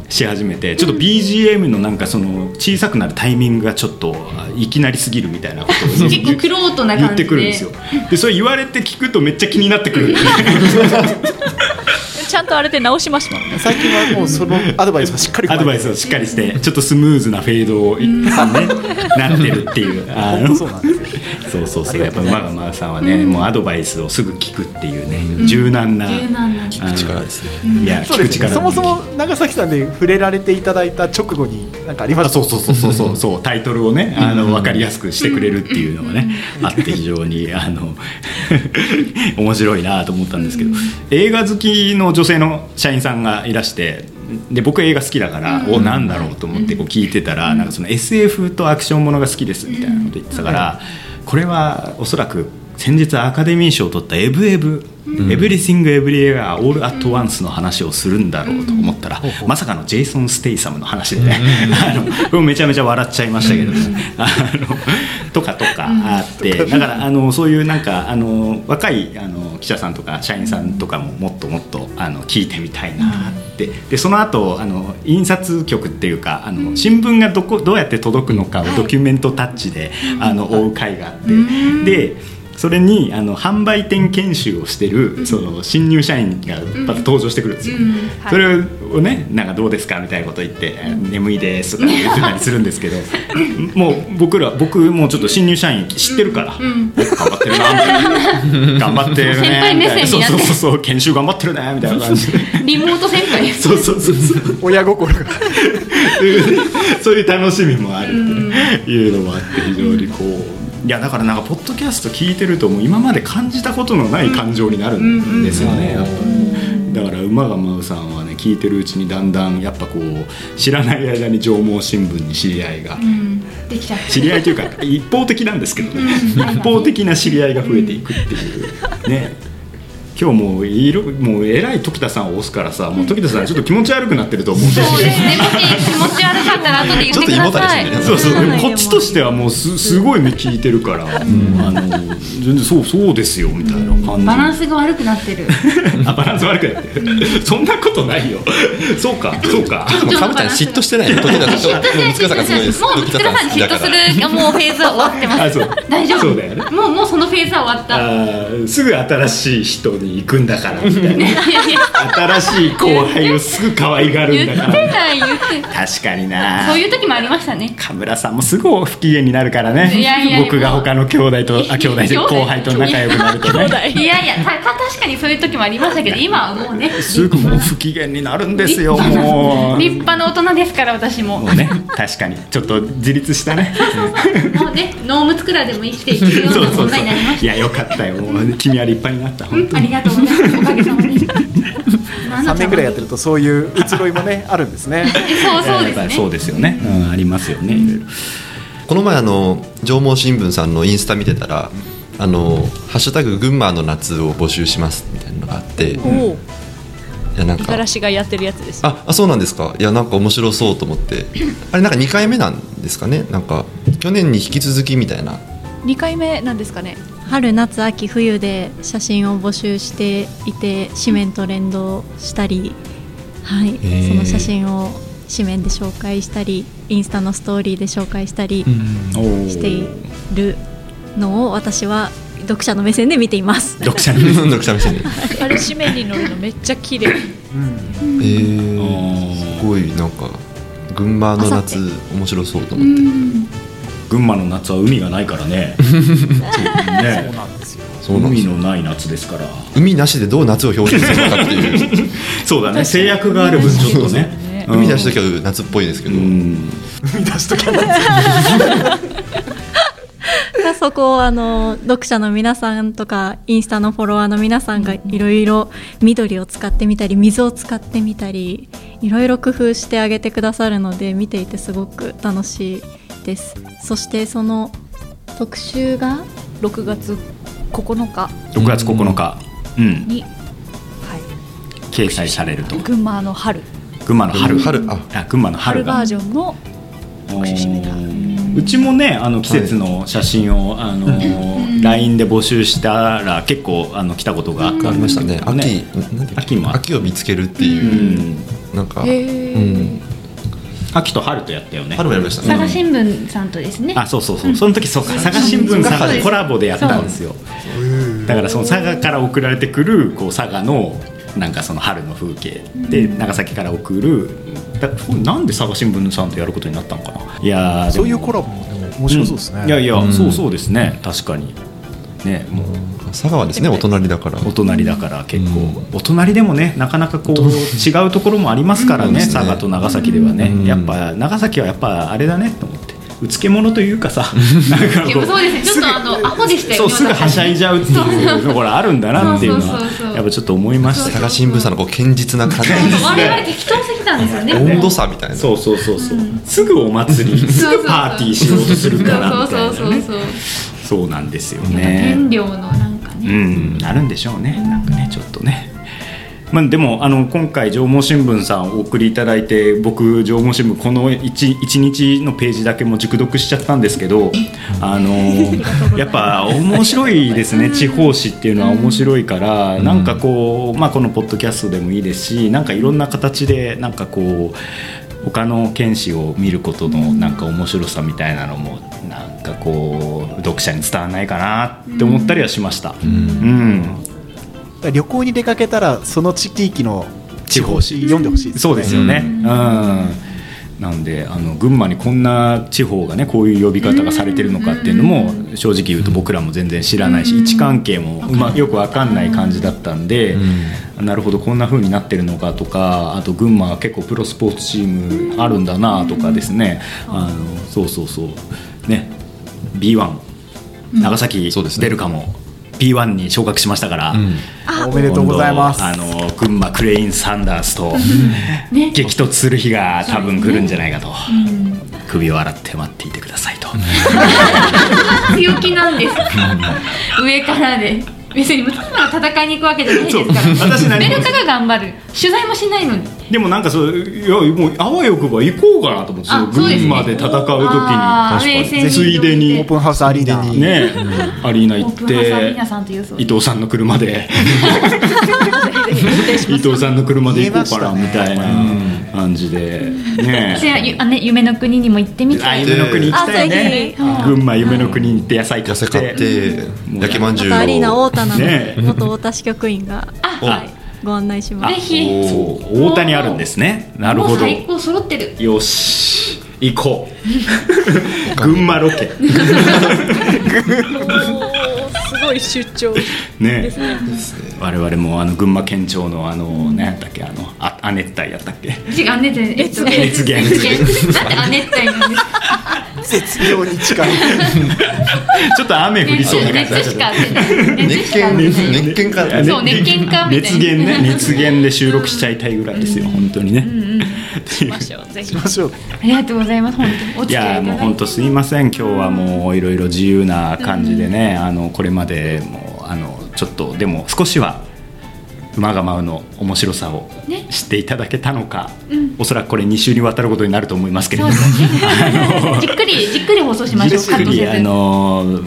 Speaker 2: し始めてちょっと BGM のなんかその小さくなるタイミングがちょっとあいきなりすぎるみたいなことを
Speaker 4: 結構クロートな
Speaker 2: 言
Speaker 4: 感じで
Speaker 2: ってくるんですよでそれ言われて聞くとめっちゃ気になってくる
Speaker 7: ちゃんとあれで直しますもんね
Speaker 6: 最近はもうそのアドバイスはしっかり
Speaker 2: アドバイスをしっかりしてちょっとスムーズなフェードをいねなってるっていうあの
Speaker 6: 本当そうなんです
Speaker 2: そうそうそうやっぱ馬が馬さんはねもうアドバイスをすぐ聞くっていうね柔軟な
Speaker 4: 柔軟な
Speaker 2: あの
Speaker 5: 力ですね
Speaker 2: いや
Speaker 6: そ
Speaker 2: 聞
Speaker 6: うで
Speaker 2: く
Speaker 6: すね
Speaker 2: 力
Speaker 6: そもそも長崎さんで触れられていただいた直後に何かありま
Speaker 2: あ
Speaker 6: した
Speaker 2: そうそうそうそうそう そうタイトルをねあの分かりやすくしてくれるっていうのがねあって非常にあの 面白いなと思ったんですけど映画好きの女性の社員さんがいらしてで僕映画好きだからおなんだろうと思ってこう聞いてたらなんかその SF とアクションものが好きですみたいなこと言ってたからこれはおそらく先日アカデミー賞を取った「エブエブ」エブリシング・エブリエアー・オール・アット・ワンスの話をするんだろうと思ったら、まさかのジェイソン・ステイサムの話でね、あの僕もめちゃめちゃ笑っちゃいましたけどね、あのとかとかあって、だからあのそういうなんかあの若いあの記者さんとか社員さんとかももっともっとあの聞いてみたいなってでその後あの印刷局っていうかあの新聞がどこどうやって届くのかをドキュメントタッチで、あの追う回があって。でそれにあの販売店研修をしてるその新入社員がまた登場してくるんですよ、それをねなんかどうですかみたいなこと言って「眠いです」とか言ってたりするんです けどもう僕ら僕もうちょっと新入社員知ってるから、お頑張ってるなみたいな頑張ってるねみ
Speaker 4: 先輩目
Speaker 2: たいな
Speaker 4: 線
Speaker 2: そ
Speaker 4: に
Speaker 2: う
Speaker 4: なって
Speaker 2: そうそうそう研修頑張ってるねみたいな感じで
Speaker 4: リモート旋回
Speaker 2: そうそうそうそう
Speaker 6: 親心が
Speaker 2: そういう楽しみもあるっていうのもあって非常にこういやだからなんかポッドキャスト聞いてるともう今まで感じたことのない感情になるんですよね、やっぱだから馬が舞うさんはね聞いてるうちにだんだんやっぱこう知らない間に上毛新聞に知り合いが、
Speaker 4: できちゃった
Speaker 2: 知り合いというか一方的なんですけどね一方的な知り合いが増えていくっていうね今日もういろもうえらい時田さんを押すからさもう時田さんちょっと気持ち悪くなってると思うんですよ
Speaker 4: そうですねもし気持ち悪かったら後で言ってください
Speaker 5: ちょっと胃もたれしてね
Speaker 2: そうそうでもこっちとしてはもうすすごい目聞いてるから、あの全然そうそうですよみたいな感じ
Speaker 4: バランスが悪くなってる
Speaker 2: あバランス悪くなってるそんなことないよそうかそうか
Speaker 5: もうカブちゃん嫉妬してないの時だと
Speaker 4: 嫉妬 しない
Speaker 5: 塚さんがすごいです
Speaker 4: もう
Speaker 5: 時
Speaker 4: 塚
Speaker 5: 田さん
Speaker 4: さん
Speaker 5: 好き
Speaker 4: 嫉
Speaker 5: だ
Speaker 4: 妬
Speaker 5: か
Speaker 4: す
Speaker 5: ら
Speaker 4: るがもうフェーズは終わってま
Speaker 2: あ
Speaker 4: す
Speaker 2: そう
Speaker 4: 大丈夫
Speaker 2: そうだよね
Speaker 4: もうもうそのフェーズは終わ った
Speaker 2: あーすぐ新しい人に行くんだからみたいな新しい後輩をすぐ可愛がるん
Speaker 4: 言
Speaker 2: だ
Speaker 4: って
Speaker 2: か
Speaker 4: ない言って
Speaker 2: ら確かにな
Speaker 4: そういう時もありましたね
Speaker 2: 神村さんもすぐ不機嫌になるからね
Speaker 4: いやいや
Speaker 2: 僕が他の兄弟とあ兄弟で
Speaker 4: 兄弟
Speaker 2: 後輩と仲良くなるとね
Speaker 4: いやいやたた確かにそういう時もありましたけど今はもうね
Speaker 2: すぐもう不機嫌になるんですよもう
Speaker 4: 立派な大人ですから私も
Speaker 2: もうね確かにちょっと自立した ね
Speaker 4: もうねノームつくらでも生きていけるような存在になりまし
Speaker 2: いやよかったよもう君は立派になった
Speaker 4: たう
Speaker 2: 本
Speaker 4: ん
Speaker 2: 当
Speaker 4: あ
Speaker 2: に
Speaker 4: りがとうご ざいますおかげさまで
Speaker 6: 3
Speaker 4: 3
Speaker 6: 年ぐらいやってるとそういう移ろいもねあるんですね
Speaker 4: そうそう
Speaker 2: やっぱり
Speaker 4: です
Speaker 2: そ
Speaker 4: ね
Speaker 2: うですよね、うん、ありますよねいろいろ
Speaker 5: この前あの上毛新聞さんのインスタ見てたら「あのハッシュタグ群馬の夏を募集します」みたいなのがあってい
Speaker 7: おお
Speaker 5: やなん
Speaker 7: 五十
Speaker 5: か
Speaker 7: 嵐がやってるやつです
Speaker 5: ああそうなんですかいやなんか面白そうと 思ってあれなんか2回目なんですかねなんか去年に引き続きみたいな
Speaker 7: 二回目なんですかね
Speaker 3: 春夏秋冬で写真を募集していて紙面と連動したり、はい
Speaker 5: ー
Speaker 3: その写真を紙面で紹介したりインスタのストーリーで紹介したりしているのを私は読者の目線で見ています。
Speaker 2: 読者に
Speaker 5: 読者 目線で
Speaker 7: あれ紙面に載るのめっちゃ綺麗
Speaker 5: えー、
Speaker 2: ー
Speaker 5: すごいなんか群馬の夏面白そうと思って
Speaker 2: 群馬の夏は海がないからね ね
Speaker 5: そうなんで
Speaker 2: 海
Speaker 5: すよ
Speaker 2: のない夏ですから
Speaker 5: 海なしでどう夏を表現するのかっていう
Speaker 2: そうだね制約がある分ちょっとねうん
Speaker 5: 海なしときは夏っぽいですけど、
Speaker 2: うん
Speaker 3: がそこをあの読者の皆さんとかインスタのフォロワーの皆さんがいろいろ緑を使ってみたり水を使ってみたりいろいろ工夫してあげてくださるので見ていてすごく楽しいですそしてその特集が
Speaker 7: 六月九日
Speaker 2: 6月9日、うん、
Speaker 7: には
Speaker 2: 掲載されると
Speaker 7: い群馬の春
Speaker 2: 群馬の春
Speaker 5: 春あ
Speaker 2: あ群馬の春
Speaker 7: 春
Speaker 2: が
Speaker 7: バージョンの特集してみた
Speaker 2: うちもねあの季節の写真を、あのー LINE で募集したら結構あの来たことがあ
Speaker 5: ありましたね秋
Speaker 2: ね
Speaker 5: なんだっけ
Speaker 2: 秋も
Speaker 5: 秋を見つけるって
Speaker 2: う
Speaker 5: いう、
Speaker 2: ん、
Speaker 5: なんか、
Speaker 7: へ
Speaker 5: う
Speaker 7: ー
Speaker 5: ん、
Speaker 2: 秋と春とやったよね
Speaker 5: 春もやりました
Speaker 4: 佐
Speaker 5: ね、
Speaker 4: 賀新聞さんとですね
Speaker 2: あそうそうそうその時そうか佐賀新聞さんとコラボでやったんですよだからその佐賀から送られてくるこう佐賀のなんかその春の風景で長崎から送るだなんで佐賀新聞さんとやることになったのかないやーでも
Speaker 6: そういうコラボもでも面白そうですね、
Speaker 2: んいやいや、
Speaker 5: うん
Speaker 2: そうそうですね確かにねもう
Speaker 5: 佐賀はですねお隣だから
Speaker 2: お隣だから結構、
Speaker 5: う
Speaker 2: お隣でもねなかなかこう違うところもありますから
Speaker 5: うん
Speaker 2: ね佐賀と長崎ではね、
Speaker 5: うん
Speaker 2: やっぱ長崎はやっぱあれだねと思ってうつけ者という かさなんか
Speaker 4: い
Speaker 2: こ
Speaker 4: や
Speaker 2: う
Speaker 4: そうですねちょっとあのアホでしたよ
Speaker 2: そう
Speaker 4: ね
Speaker 2: すぐはしゃいじゃうっていうのこれあるんだなっていうのは
Speaker 4: そうそうそうそう
Speaker 2: やっぱちょっと思いました
Speaker 5: 佐賀新聞さんのこう堅実な感じ
Speaker 4: 私我々適当すぎたんですよね
Speaker 5: 温度差みたいな
Speaker 2: そうそうそうそう、すぐお祭りすぐパーティーしようとするからみたい
Speaker 4: そう
Speaker 2: な
Speaker 4: そうそう
Speaker 2: ね
Speaker 4: そう
Speaker 2: そうなんですよね
Speaker 4: 天領のなんか
Speaker 2: う
Speaker 4: ね
Speaker 2: んなるんでしょうねなんかねちょっとねまあ、でもあの今回上毛新聞さんお送りいただいて僕上毛新聞この 1, 一日のページだけもう熟読しちゃったんですけどあ のやっぱ面白いです ね地方紙っていうのは面白いからなんかこうまあこのポッドキャストでもいいですしなんかいろんな形でなんかこう他の剣士を見ることのなんか面白さみたいなのもなんかこう読者に伝わらないかなって思ったりはしました。うん、
Speaker 6: だから旅行に出かけたらその地域の
Speaker 2: 地方
Speaker 6: 紙読んでほしいですね
Speaker 2: そうですよね。うん。なんであの群馬にこんな地方がねこういう呼び方がされてるのかっていうのも正直言うと僕らも全然知らないし位置関係もまあよくわかんない感じだったんで、なるほどこんな風になってるのかとかあと群馬は結構プロスポーツチームあるんだなとかですねあのそうそうそうね B1 長崎
Speaker 5: そうですね
Speaker 2: 出るかも B1 に昇格しましたから。
Speaker 5: うん
Speaker 6: おめでとうございます
Speaker 2: 今度あの群馬クレインサンダースと激突する日が多分来るんじゃないかと、首を洗って待っていてくださいと、
Speaker 4: 強気なんです上からで別に無駄な戦いに行くわけじゃないですから
Speaker 2: 私何
Speaker 4: メ
Speaker 2: も
Speaker 4: ルカが頑張る取材もしないのに
Speaker 2: でもなんかそういやもうあわよくば行こうかなと思って
Speaker 4: あ
Speaker 2: その
Speaker 4: そうです
Speaker 2: 群
Speaker 4: ね
Speaker 2: 馬で戦う時
Speaker 4: あー確か
Speaker 2: に
Speaker 4: に
Speaker 2: ついで
Speaker 6: オ
Speaker 2: に
Speaker 6: ープンハウスアリーナ
Speaker 5: ついで
Speaker 6: に
Speaker 5: に
Speaker 2: ねアリーナ行
Speaker 4: オ
Speaker 2: っ
Speaker 4: ープンハウスアリーナ
Speaker 2: て
Speaker 4: さんというそう
Speaker 2: 伊藤さんの車 で伊藤さんの車で行こうかなみたいな感じでね
Speaker 4: でゆあね夢の国にも行ってみ
Speaker 2: あ
Speaker 4: たい
Speaker 2: 夢の国行きたいね
Speaker 4: あそう行きたい
Speaker 2: 群馬夢の国に行って野菜買
Speaker 5: 痩
Speaker 2: って
Speaker 5: せ買って焼きまん
Speaker 3: あ
Speaker 5: じゅう
Speaker 3: とアリーナ
Speaker 5: を
Speaker 3: 太田なの
Speaker 2: ね
Speaker 3: で
Speaker 2: え
Speaker 3: 元太田支局員がはいご案内しま
Speaker 2: あ
Speaker 3: す
Speaker 4: ぜひ
Speaker 2: そう大田にあるんですねなる
Speaker 4: も
Speaker 2: ほ
Speaker 4: う
Speaker 2: ど
Speaker 4: 最高揃ってる
Speaker 2: よし行こう 群馬ロケ
Speaker 7: すごい出張
Speaker 2: ね我々もあの群馬県庁のあの何やったっけあのあ亜熱帯やったっけ
Speaker 4: 違う、亜熱帯。えっと
Speaker 2: 熱源
Speaker 4: 熱源なんで亜熱帯なんですか。
Speaker 6: 絶妙に 近い
Speaker 2: ちょっと雨降りそうな感じ
Speaker 4: 熱しか当てない。熱
Speaker 5: 熱
Speaker 4: しか
Speaker 5: 犬
Speaker 4: 当てない。
Speaker 5: 熱犬か
Speaker 4: そう熱源かみたいな
Speaker 2: 熱源ね熱源で収録しちゃいたいぐらいですよ本当にねっていう
Speaker 6: 場所
Speaker 4: ありがとうございます。本当に。お
Speaker 2: い
Speaker 4: 付き合
Speaker 2: や
Speaker 4: いいた
Speaker 2: もう
Speaker 4: だ
Speaker 2: 本
Speaker 4: いて。
Speaker 2: 当すいません今日はもういろいろ自由な感じでね、あのこれまでもあのちょっとでも少しは「馬が舞う」の面白さを
Speaker 4: ね
Speaker 2: 知っていただけたのか、おそらくこれ2週にわたることになると思いますけれど
Speaker 4: そう
Speaker 2: も。
Speaker 4: ですね。じっくり、じっくり放送しましょう。
Speaker 2: ゆっ
Speaker 4: カ
Speaker 2: く
Speaker 4: ットせ
Speaker 2: りあ
Speaker 4: ず。
Speaker 2: の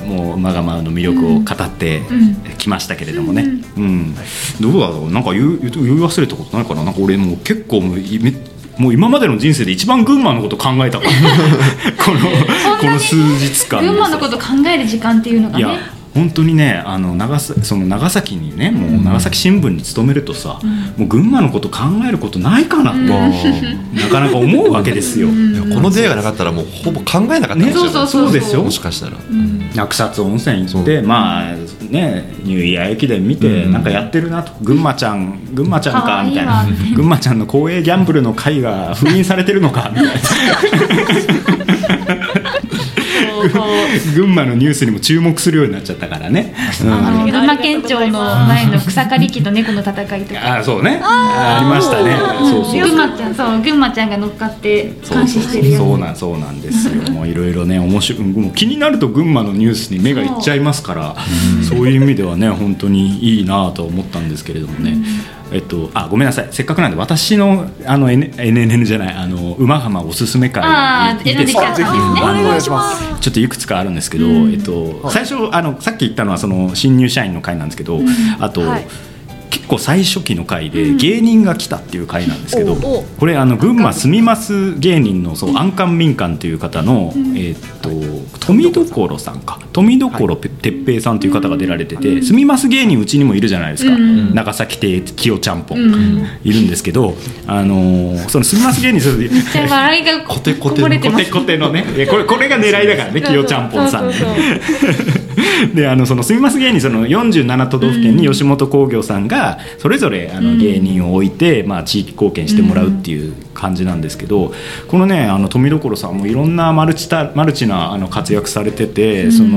Speaker 2: もうマガマウの魅力を語ってきましたけれどもね、うんどうだろうなんか言う言う言い忘れたことないかななんか俺もう結構もういめもう今までの人生で一番群馬のこと考 えたからこのこの数日間
Speaker 4: 群馬のこと考える時間っていうのが
Speaker 2: い
Speaker 4: ね
Speaker 2: や。本当にねあの長さその長崎にねもう長崎新聞に勤めるとさ、もう群馬のこと考えることないかなって、なかなか思うわけですよ。
Speaker 5: いやこの出会いがなかったらもうほぼ考えなかったかもしれない
Speaker 2: ねそう
Speaker 4: そうそうそう
Speaker 2: ですよ
Speaker 5: もしかしたら
Speaker 2: 草津温泉行っ
Speaker 5: そ
Speaker 2: てまあねニューイヤー駅伝見て、
Speaker 5: うん
Speaker 2: なんかやってるなと群馬ちゃん群馬ちゃん
Speaker 4: あ
Speaker 2: か
Speaker 4: ー
Speaker 2: みたいない
Speaker 4: いわ
Speaker 2: 群馬ちゃんの公営ギャンブルの会が封印されてるのかみたいな
Speaker 7: こうこう
Speaker 2: 群馬のニュースにも注目するようになっちゃったからね、うん
Speaker 4: あの
Speaker 2: あ
Speaker 4: 群馬県庁の前の草刈り機と猫の戦いとか。
Speaker 2: ーそうねあーありましたねそうそう
Speaker 4: 群馬ちゃん、そう、群馬ちゃんが乗っかって監視してるよ。
Speaker 2: そうなんそうなんですよもういろいろね面白いもう気になると群馬のニュースに目がいっちゃいますからそういう意味ではね本当にいいなと思ったんですけれどもね、えっと、あごめんなさいせっかくなんで私のあの N- NNN じゃないあの馬浜おすすめ
Speaker 4: あ
Speaker 2: 会
Speaker 4: あ、
Speaker 2: いい
Speaker 4: 選ん
Speaker 2: で
Speaker 4: ですき
Speaker 2: か
Speaker 4: たんですね。
Speaker 2: あの
Speaker 6: お願いします
Speaker 2: ちょっといくつかあるんですけど、えっと、最初あのさっき言ったのはその新入社員の会なんですけど、あと、
Speaker 7: はい
Speaker 2: 結構最初期の回で芸人が来たっていう回なんですけど、
Speaker 7: おうおう
Speaker 2: これあの群馬住みます芸人のそう安官民間という方の、えっと富所さんか富所ぺ哲平さんという方が出られてて住みます芸人うちにもいるじゃないですか
Speaker 4: うん
Speaker 2: 長崎亭清ちゃんぽ
Speaker 4: うん
Speaker 2: んいるんですけどあのーその住みます芸人する
Speaker 4: じゃあ笑いが
Speaker 5: コテコテの
Speaker 4: こぼれて
Speaker 2: コ
Speaker 4: ます
Speaker 2: テコテのねいやこれこれが狙いだからね清ちゃんぽんさんね
Speaker 4: そうそうそう
Speaker 2: であのそのすみます芸人その47都道府県に吉本興業さんがそれぞれあの芸人を置いて、まあ、地域貢献してもらうっていう感じなんですけど、このねあの富所さんもいろんなマルチタマルチなあの活躍されてて、その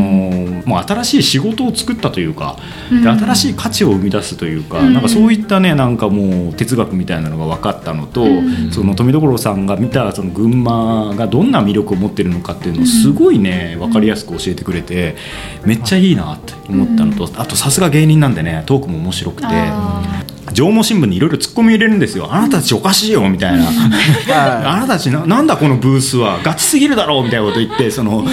Speaker 2: もう新しい仕事を作ったというか、で新しい価値を生み出すというか、
Speaker 4: うん
Speaker 2: なんかそういったねなんかもう哲学みたいなのが分かったのと、その富所さんが見たその群馬がどんな魅力を持ってるのかっていうのをすごいね分かりやすく教えてくれてめっちゃいいなって思ったのとあとさすが芸人なんでねトークも面白くて
Speaker 4: あ
Speaker 2: 上毛新聞にいろいろツッコミ入れるんですよあなたたちおかしいよみたいな。あなたたちななんだこのブースはガチすぎるだろうみたいなこと言ってその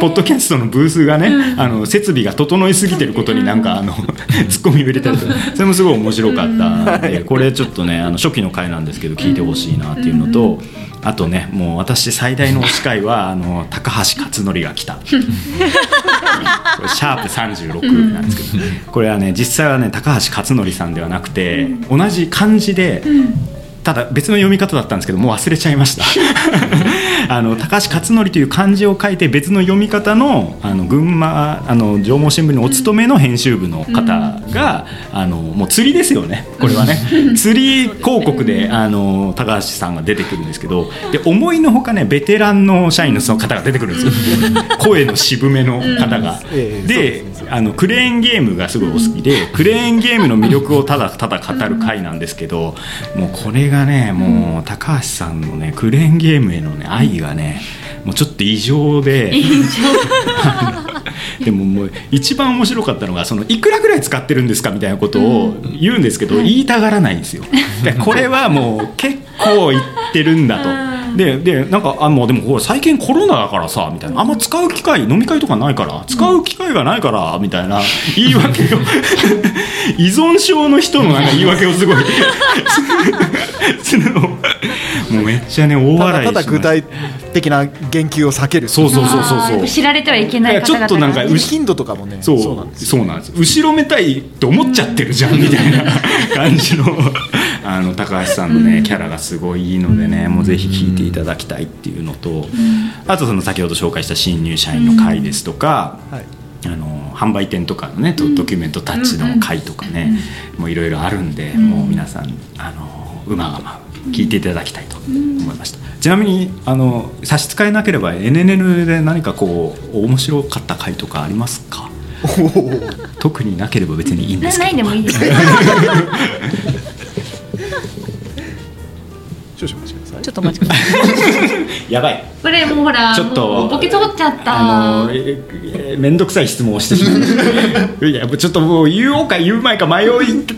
Speaker 2: ポッドキャストのブースがね、あの設備が整いすぎてることになんかあの ツッコミを入れたり とかそれもすごい面白かったんでこれちょっとねあの初期の回なんですけど聞いてほしいなっていうのと。あとねもう私最大の推し会はあの高橋克典が来たこれシャープ36なんですけど、これはね実際はね高橋克典さんではなくて、同じ漢字で、ただ別の読み方だったんですけどもう忘れちゃいました あの高橋克典という漢字を書いて別の読み方のあの群馬あの上毛新聞のお勤めの編集部の方が、あのもう釣りですよねこれはね釣り広告であの高橋さんが出てくるんですけどで思いのほかねベテランの社員のその方が出てくるんですよ声の渋めの方が。
Speaker 6: ええ
Speaker 2: であのクレーンゲームがすごいお好きでクレーンゲームの魅力をただただ語る回なんですけどもうこれがねもう高橋さんのねクレーンゲームへのね愛がねもうちょっと異常ででももう一番面白かったのがそのいくらぐらい使ってるんですかみたいなことを言うんですけど、言いたがらないんです よ。でこれはもう結構言ってるんだと。ででなんかあもうでもほら最近コロナだからさみたいなあんま使う機会飲み会とかないから使う機会がないからみたいな言い訳を 依存症の人のなんか言い訳をすご い するのもうめっちゃね大
Speaker 6: た
Speaker 2: 笑い
Speaker 6: だただ
Speaker 2: しま
Speaker 6: 具
Speaker 2: した
Speaker 6: 体的な言及を避ける
Speaker 2: そうそうそう
Speaker 4: あー
Speaker 2: そ
Speaker 4: やっ
Speaker 2: う
Speaker 4: ぱ
Speaker 2: そう
Speaker 4: 知られてはいけない方々が
Speaker 2: いやちょっとなんか
Speaker 6: う頻度とかもね
Speaker 2: そう
Speaker 6: なんですよ
Speaker 2: そうなんです後ろめたいと思っちゃってるじゃんみたい な感じのあの高橋さんのねキャラがすごいいいのでねもうぜひ聞いていただきたいっていうのとあとその先ほど紹介した新入社員の会ですとか、
Speaker 6: はい
Speaker 2: あの販売店とかのねドドキュメントタッチの会とかね、もういろいろあるんで、もう皆さんあの馬がま聞いていただきたいと思いました、ちなみにあの差し支えなければ NNN で何かこう面白かった回とかありますか特になければ別にいいんですけ
Speaker 4: な
Speaker 2: ど
Speaker 4: いでもいいです
Speaker 6: 少々お待ちください
Speaker 7: ちょっとお待ちください
Speaker 2: やばい
Speaker 4: これもうほ ら
Speaker 2: ちょっと
Speaker 4: もうボケ取っちゃった
Speaker 2: あのええ面倒くさい質問をしてし まういやちょっともう言おうか言うまいか迷い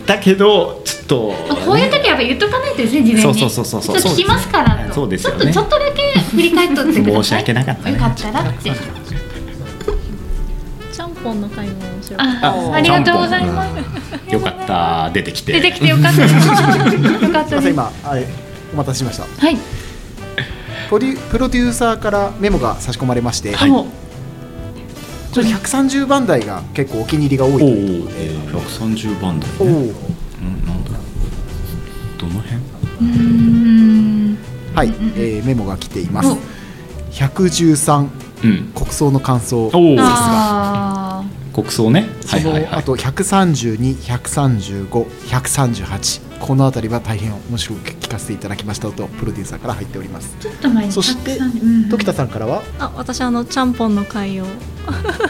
Speaker 2: だけどちょっと
Speaker 4: こういう時はやっぱ言っとかないとですね事前に
Speaker 2: そうそうそうそうそう
Speaker 4: ちょっと聞きますからと
Speaker 2: そうですよね
Speaker 4: ちょっとちょっとだけ振り返っとってください
Speaker 2: 申し訳なかったね
Speaker 4: よかったらって
Speaker 3: ちゃんぽんの回も面白かった
Speaker 4: あありがとうございます
Speaker 2: よかった出てきて
Speaker 4: 出てきてよか ったよかっ
Speaker 6: す
Speaker 4: たで
Speaker 6: いません
Speaker 4: す
Speaker 6: 今はいお待たせしました
Speaker 4: はい
Speaker 6: プロデュプロデューサーからメモが差し込まれまして、
Speaker 2: はい
Speaker 6: これ130番台が結構お気に入りが多い
Speaker 2: お
Speaker 6: と
Speaker 2: お
Speaker 6: いうことで
Speaker 2: 百三十番だ
Speaker 6: お
Speaker 2: よね。う
Speaker 6: ー
Speaker 2: んなんだろう。どの辺？
Speaker 6: はい、えーメモが来ています
Speaker 4: お
Speaker 6: 113
Speaker 2: うん。
Speaker 6: 国葬の感想
Speaker 2: おお。
Speaker 4: あ
Speaker 2: 国葬ね。
Speaker 6: そのあと1321351381この辺りは大変面白く聞かせていただきましたとプロデューサーから入っております
Speaker 4: ーちょっと前に
Speaker 6: そして
Speaker 4: うん
Speaker 6: 時田さんからは
Speaker 3: あ私あのちゃんぽんの回を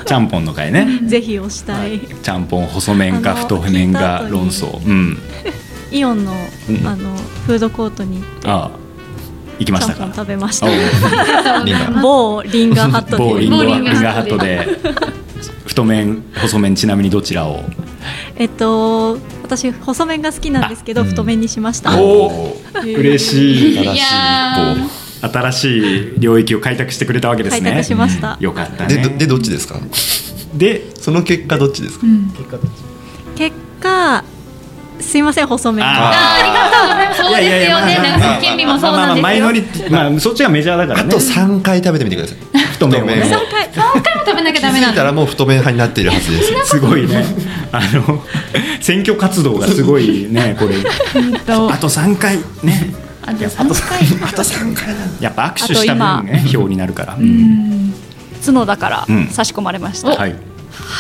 Speaker 2: ちゃんぽんの回ね。
Speaker 3: ぜひ推したい、
Speaker 2: ちゃんぽん細麺か
Speaker 3: あの
Speaker 2: 太麺か
Speaker 3: 聞いた後
Speaker 2: 論
Speaker 3: に
Speaker 2: 争。うん。
Speaker 3: イオンの,、
Speaker 2: うん
Speaker 3: あのフードコートに行
Speaker 2: ああ行きまし
Speaker 3: ちゃ
Speaker 2: た
Speaker 3: んぽん
Speaker 2: か。
Speaker 3: 食べまし
Speaker 2: お
Speaker 3: た 某リンガーハット
Speaker 2: お。ボーリ
Speaker 3: で
Speaker 2: ン
Speaker 4: ボ
Speaker 2: グ
Speaker 4: ーリング
Speaker 2: リングハットで。太麺細麺ちなみにどちらを。
Speaker 3: えっと私細麺が好きなんですけど、
Speaker 5: あうん
Speaker 3: 太麺にしました
Speaker 2: おお。嬉しい。
Speaker 4: いやー
Speaker 2: 新しい領域を開拓してくれたわけです
Speaker 3: 開
Speaker 2: ね。
Speaker 3: 拓しました、
Speaker 2: よかった
Speaker 5: でどで
Speaker 2: ね。
Speaker 5: どっちですか
Speaker 2: で、
Speaker 5: その結果どっちですか
Speaker 3: 結果すいません細麺
Speaker 2: あー
Speaker 4: そうですよね長崎県民もそうなんですよ
Speaker 2: マイノリティ、まあ、そっちがメジャーだか
Speaker 5: あ
Speaker 2: らね
Speaker 5: と。3回食べてみてください
Speaker 6: 太麺を
Speaker 5: 太
Speaker 6: ね
Speaker 5: 麺を
Speaker 4: 3回も食べなきゃ
Speaker 5: 気
Speaker 4: ダメ
Speaker 5: づ
Speaker 4: ない
Speaker 5: たら
Speaker 4: の
Speaker 5: もう太麺派になっているはずです
Speaker 2: すごいねあの選挙活動がすごいねこれあと3回ね
Speaker 4: あと3回
Speaker 2: あと3回やっぱ握手した
Speaker 7: あと今
Speaker 2: 分ね票になるから、うん
Speaker 7: 角だから
Speaker 2: うん
Speaker 7: 差し込まれました、
Speaker 2: はい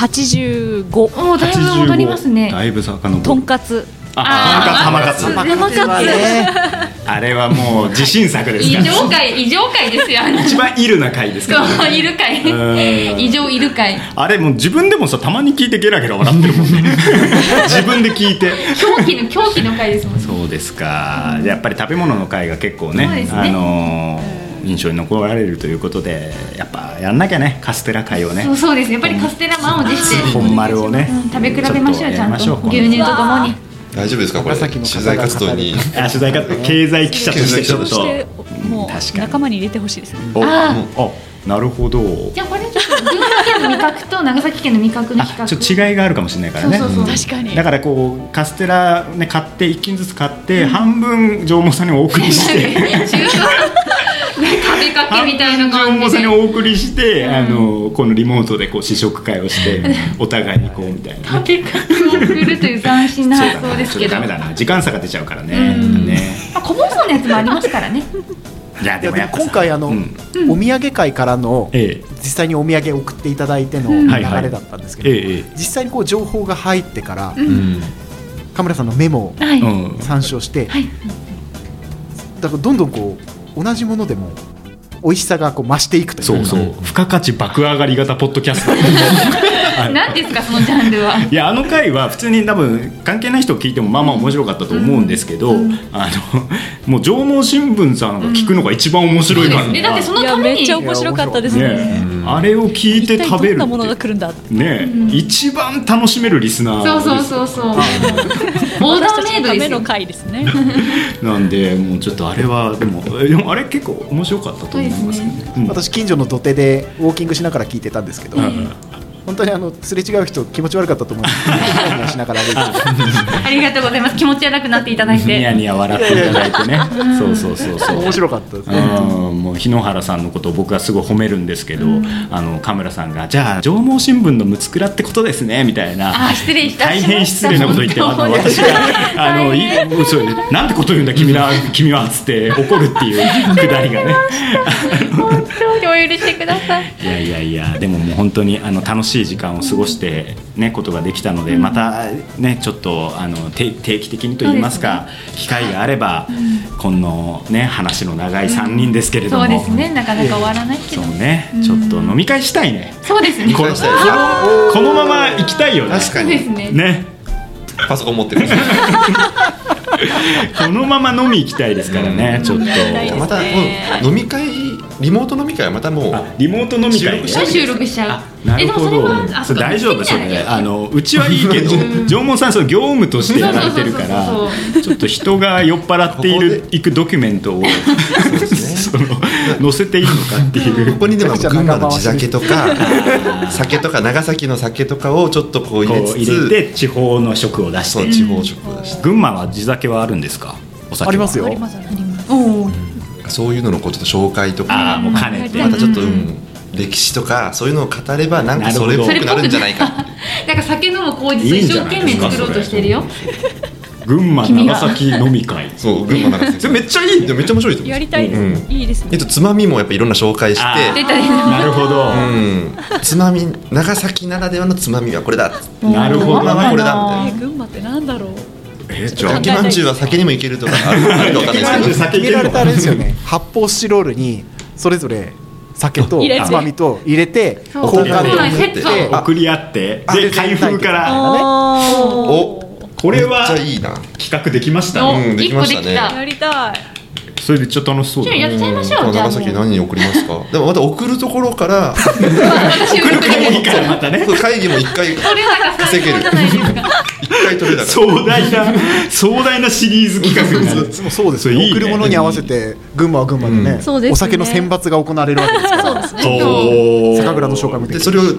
Speaker 7: 85
Speaker 4: もうだいぶ戻りますね
Speaker 2: 85だいぶ遡る
Speaker 7: とんかつ
Speaker 2: あ浜勝
Speaker 4: 浜
Speaker 2: 浜
Speaker 4: 勝浜勝
Speaker 2: 勝あれはもう自信作です
Speaker 4: 異
Speaker 2: から
Speaker 4: 常回異常回ですよあの
Speaker 2: 一番イルな回ですから
Speaker 4: そういるかい
Speaker 2: うん
Speaker 4: 異常いるかい
Speaker 2: あれもう自分でもさたまに聞いてゲラゲラ笑ってるもんね自分で聞いて
Speaker 4: 狂気の狂気の回ですもんね
Speaker 2: そうですかやっぱり食べ物の回が結構ね
Speaker 4: そうですね
Speaker 2: あのー印象に残られるということでやっぱやんなきゃねカステラ回をね
Speaker 4: そうそうですやっぱりカステラ満を持して
Speaker 2: 本丸をね
Speaker 4: うん食べ比べましょうちゃん
Speaker 2: ちょっ
Speaker 4: と
Speaker 2: とや
Speaker 4: 牛
Speaker 2: りましょう
Speaker 4: 乳とともに
Speaker 5: 大丈夫ですかこれ
Speaker 6: 紫
Speaker 5: 取
Speaker 6: の方が
Speaker 5: 材活動に
Speaker 2: あ取材か経済記者としてちょ
Speaker 5: 経
Speaker 2: っ
Speaker 7: そ
Speaker 5: 済
Speaker 7: して
Speaker 2: と
Speaker 7: も
Speaker 2: 確
Speaker 7: う
Speaker 2: かに
Speaker 7: 仲間に入れてほしいですね
Speaker 2: お
Speaker 4: あ
Speaker 2: おなるほど
Speaker 4: じゃあこれちょっと群馬県の味覚と長崎県の味覚の比
Speaker 2: あ
Speaker 4: 較
Speaker 2: ちょっと違いがあるかもしれないからね
Speaker 4: そうそうそう
Speaker 7: 確かに
Speaker 2: だからこうカステラね買って一斤ずつ買って、半分縄文さんにお送りし て
Speaker 4: 中華食べかけみたいな
Speaker 2: 縄
Speaker 4: 感
Speaker 2: 文
Speaker 4: じ
Speaker 2: さんに
Speaker 4: で
Speaker 2: お送りして、あのこのリモートでこう試食会をしてお互いにこうみたいな、
Speaker 4: 食べかけを送るという斬新な発
Speaker 2: だ
Speaker 4: 想
Speaker 2: な
Speaker 4: ですけ
Speaker 2: ち
Speaker 4: ど
Speaker 2: ょっとダメだな時間差が出ちゃうからね,、
Speaker 4: うん
Speaker 2: ね
Speaker 4: まあ、こぼそうのやつもありますからね
Speaker 2: いや
Speaker 6: い
Speaker 2: で
Speaker 6: や
Speaker 2: も
Speaker 6: で
Speaker 2: や
Speaker 6: も
Speaker 2: っぱさ
Speaker 6: 今回あの、
Speaker 2: うん
Speaker 6: お土産会からの
Speaker 2: ええ
Speaker 6: 実際にお土産送っていただいての流れだったんですけど、
Speaker 2: えええ
Speaker 6: 実際にこう情報が入ってから、
Speaker 5: うん
Speaker 6: カメラさんのメモを
Speaker 4: はい、
Speaker 2: えうん
Speaker 6: 参照して、
Speaker 4: はい
Speaker 6: だからどんどんこう同じものでも美味しさがこう増していくという
Speaker 2: そうそう付加価値爆上がり型ポッドキャスト
Speaker 4: 何ですかそのジャンルは
Speaker 2: いやあの回は普通に多分関係ない人を聞いてもまあまあ面白かったと思うんですけど、あのもう縄文新聞さんが聞くのが一番面白いから、
Speaker 4: えだってその
Speaker 7: いや
Speaker 4: ため
Speaker 7: めっ
Speaker 4: に
Speaker 7: ちゃ面白かったです
Speaker 2: ねえ
Speaker 7: ね
Speaker 2: あれを聞い
Speaker 7: 一
Speaker 2: て
Speaker 7: 体
Speaker 2: 食
Speaker 7: ど
Speaker 2: べ
Speaker 7: ん
Speaker 2: る
Speaker 7: なものが
Speaker 2: って
Speaker 7: 来るんだって
Speaker 2: ねえ一番楽しめるリスナー
Speaker 4: そうそう
Speaker 2: です
Speaker 4: そうそうオーダー
Speaker 7: 私た
Speaker 4: メイ
Speaker 7: ち
Speaker 4: ド
Speaker 7: の
Speaker 4: で
Speaker 7: ため
Speaker 4: すよ
Speaker 7: の回ですね
Speaker 2: なんでもうちょっとあれはでもえでもあれ結構面白かったと思いますけど
Speaker 4: そう
Speaker 2: ねうん
Speaker 6: 私近所の土手でウォーキングしながら聞いてたんですけど、本当にあのすれ違う人気持ち悪かったと思うんですけどニヤニヤしながら歩いてて
Speaker 4: ありがとうございます気持ち悪くなっていただい
Speaker 2: ニヤ
Speaker 4: て
Speaker 2: ニヤ笑っていただいてね そうそうそうそう
Speaker 6: 面白かったですね
Speaker 2: うんもう日野原さんのことを僕がすごい褒めるんですけど、あのカメラさんが「じゃあ上毛新聞のムツクラってことですね」みたいな
Speaker 4: あー失礼いた
Speaker 2: 大
Speaker 4: しました
Speaker 2: 変失礼なこと言ってあの
Speaker 4: 本当に
Speaker 2: 私があのいもうそうね「なんてこと言うんだ君ら君は」っつって怒るっていうくだりがね
Speaker 4: 本当にお許しください
Speaker 2: いやいやいやでももう本当にあの楽しい時間を過ごしてねことができたので、またねちょっとあの定定期的にと言いますか機会があれば、このね話の長い3人ですけれども、
Speaker 4: そうですねなかなか終わらないけ
Speaker 2: そ
Speaker 4: ど
Speaker 2: うね、ちょっと飲み会したいね。
Speaker 4: そうですね
Speaker 2: この
Speaker 5: 飲み会したいです
Speaker 2: このこのまま行きたいよね。
Speaker 5: 確か
Speaker 4: そうです
Speaker 5: に
Speaker 4: ね
Speaker 2: ね、
Speaker 5: パソコン持ってる
Speaker 2: このまま飲み行きたいですからね、ちょっと。
Speaker 5: またもう飲み会リモート飲み会はまたもう
Speaker 2: あリモート飲み会ね
Speaker 5: 収録しちゃう
Speaker 4: 収録しちゃう
Speaker 2: なるほど
Speaker 4: えでもそれはあ、
Speaker 2: それ大丈夫、
Speaker 4: そ
Speaker 2: そう
Speaker 4: か
Speaker 2: れ、あの、うちはいいけど、縄文さん、その業務としてやられてるか
Speaker 4: そうそう
Speaker 2: ら。ちょっと人が酔っ払っている
Speaker 5: ここ、で
Speaker 2: いくドキュメントを、
Speaker 5: そうですね
Speaker 2: その、載せていいのかってい
Speaker 5: こ
Speaker 2: う。
Speaker 5: こにでも群馬の地酒とか酒とか長崎の酒とかをちょっとこう
Speaker 2: こ
Speaker 5: 入れ
Speaker 2: う
Speaker 5: つ
Speaker 2: 入
Speaker 5: つ
Speaker 2: れて、地方の食を出し
Speaker 5: そう
Speaker 2: て。
Speaker 5: 地方食を出して
Speaker 2: 群馬は地酒はあるんですか。お酒は
Speaker 6: ありますよ
Speaker 5: そういうののこうちょっと紹介と
Speaker 2: ああ、
Speaker 5: か
Speaker 2: もう兼ねて。
Speaker 5: またちょっと、うん、歴史とかそういうのを語ればなんかそれっぽくなるんじゃない か
Speaker 4: なんか酒飲む口実
Speaker 2: いいん
Speaker 4: 一
Speaker 2: じ
Speaker 4: 生
Speaker 2: ゃない
Speaker 4: 懸
Speaker 2: で
Speaker 4: 命
Speaker 2: すか
Speaker 4: 作ろうとしてるよ
Speaker 2: 群馬
Speaker 4: 君
Speaker 2: 長
Speaker 4: が
Speaker 2: 崎飲み 会
Speaker 5: そう群馬長崎
Speaker 2: それめっちゃいい
Speaker 5: でもめっちゃ面白いと思う
Speaker 7: やりたいです、
Speaker 5: うん
Speaker 7: いいです
Speaker 5: えっ
Speaker 7: ね
Speaker 5: とつまみもやっぱいろんな紹介し
Speaker 2: あ
Speaker 5: て
Speaker 4: 出たね
Speaker 2: なるほど、
Speaker 5: うん、つまみ長崎ならではのつまみはこれだ
Speaker 2: なるほど
Speaker 5: 群馬はこれだみたい
Speaker 7: え
Speaker 5: な
Speaker 7: 群馬ってなんだろう
Speaker 2: えじゃ
Speaker 5: 焼きまんじゅうは酒にもいけるとかあるあるのかわかんないですけど
Speaker 6: 決められたあれですよね発泡スチロールにそれぞれ酒と
Speaker 7: 入れて
Speaker 6: つまみと入れて
Speaker 4: そう
Speaker 6: 交
Speaker 2: そう
Speaker 6: 換と
Speaker 2: なん
Speaker 4: ですセッ
Speaker 6: あ
Speaker 2: 送り合って
Speaker 6: あ
Speaker 2: で
Speaker 6: で
Speaker 2: 開封から
Speaker 5: お
Speaker 2: これは
Speaker 5: めっちゃいいな
Speaker 2: 企画できました
Speaker 4: お
Speaker 2: ね
Speaker 5: うんで
Speaker 4: 一
Speaker 5: き
Speaker 4: 個
Speaker 5: ま
Speaker 4: で
Speaker 5: し
Speaker 4: き
Speaker 5: たね
Speaker 4: た
Speaker 7: やりたい
Speaker 2: それでちょっと楽しそうだ
Speaker 4: やっ
Speaker 2: ね
Speaker 4: ちゃいましょうじゃあも
Speaker 5: 長
Speaker 4: う
Speaker 5: 崎 何に送りますかでもまた送るところから
Speaker 4: 私送る
Speaker 2: これもいいからまたね
Speaker 5: そう会議も一回
Speaker 4: それなんか最
Speaker 5: 稼げ
Speaker 4: 高
Speaker 5: る
Speaker 4: じゃないですか
Speaker 5: 一回取れたから
Speaker 2: 壮大な壮大なシリーズ企画になる
Speaker 6: もうそうです
Speaker 2: それ
Speaker 6: ね
Speaker 2: いいね
Speaker 6: 贈るものに合わせて群馬は群馬でね,、
Speaker 5: うん
Speaker 3: そうですね
Speaker 6: お酒の選抜が行われるわけです から
Speaker 2: おー
Speaker 6: 酒蔵の紹介もで
Speaker 5: で
Speaker 6: き
Speaker 5: そ
Speaker 6: る
Speaker 5: れを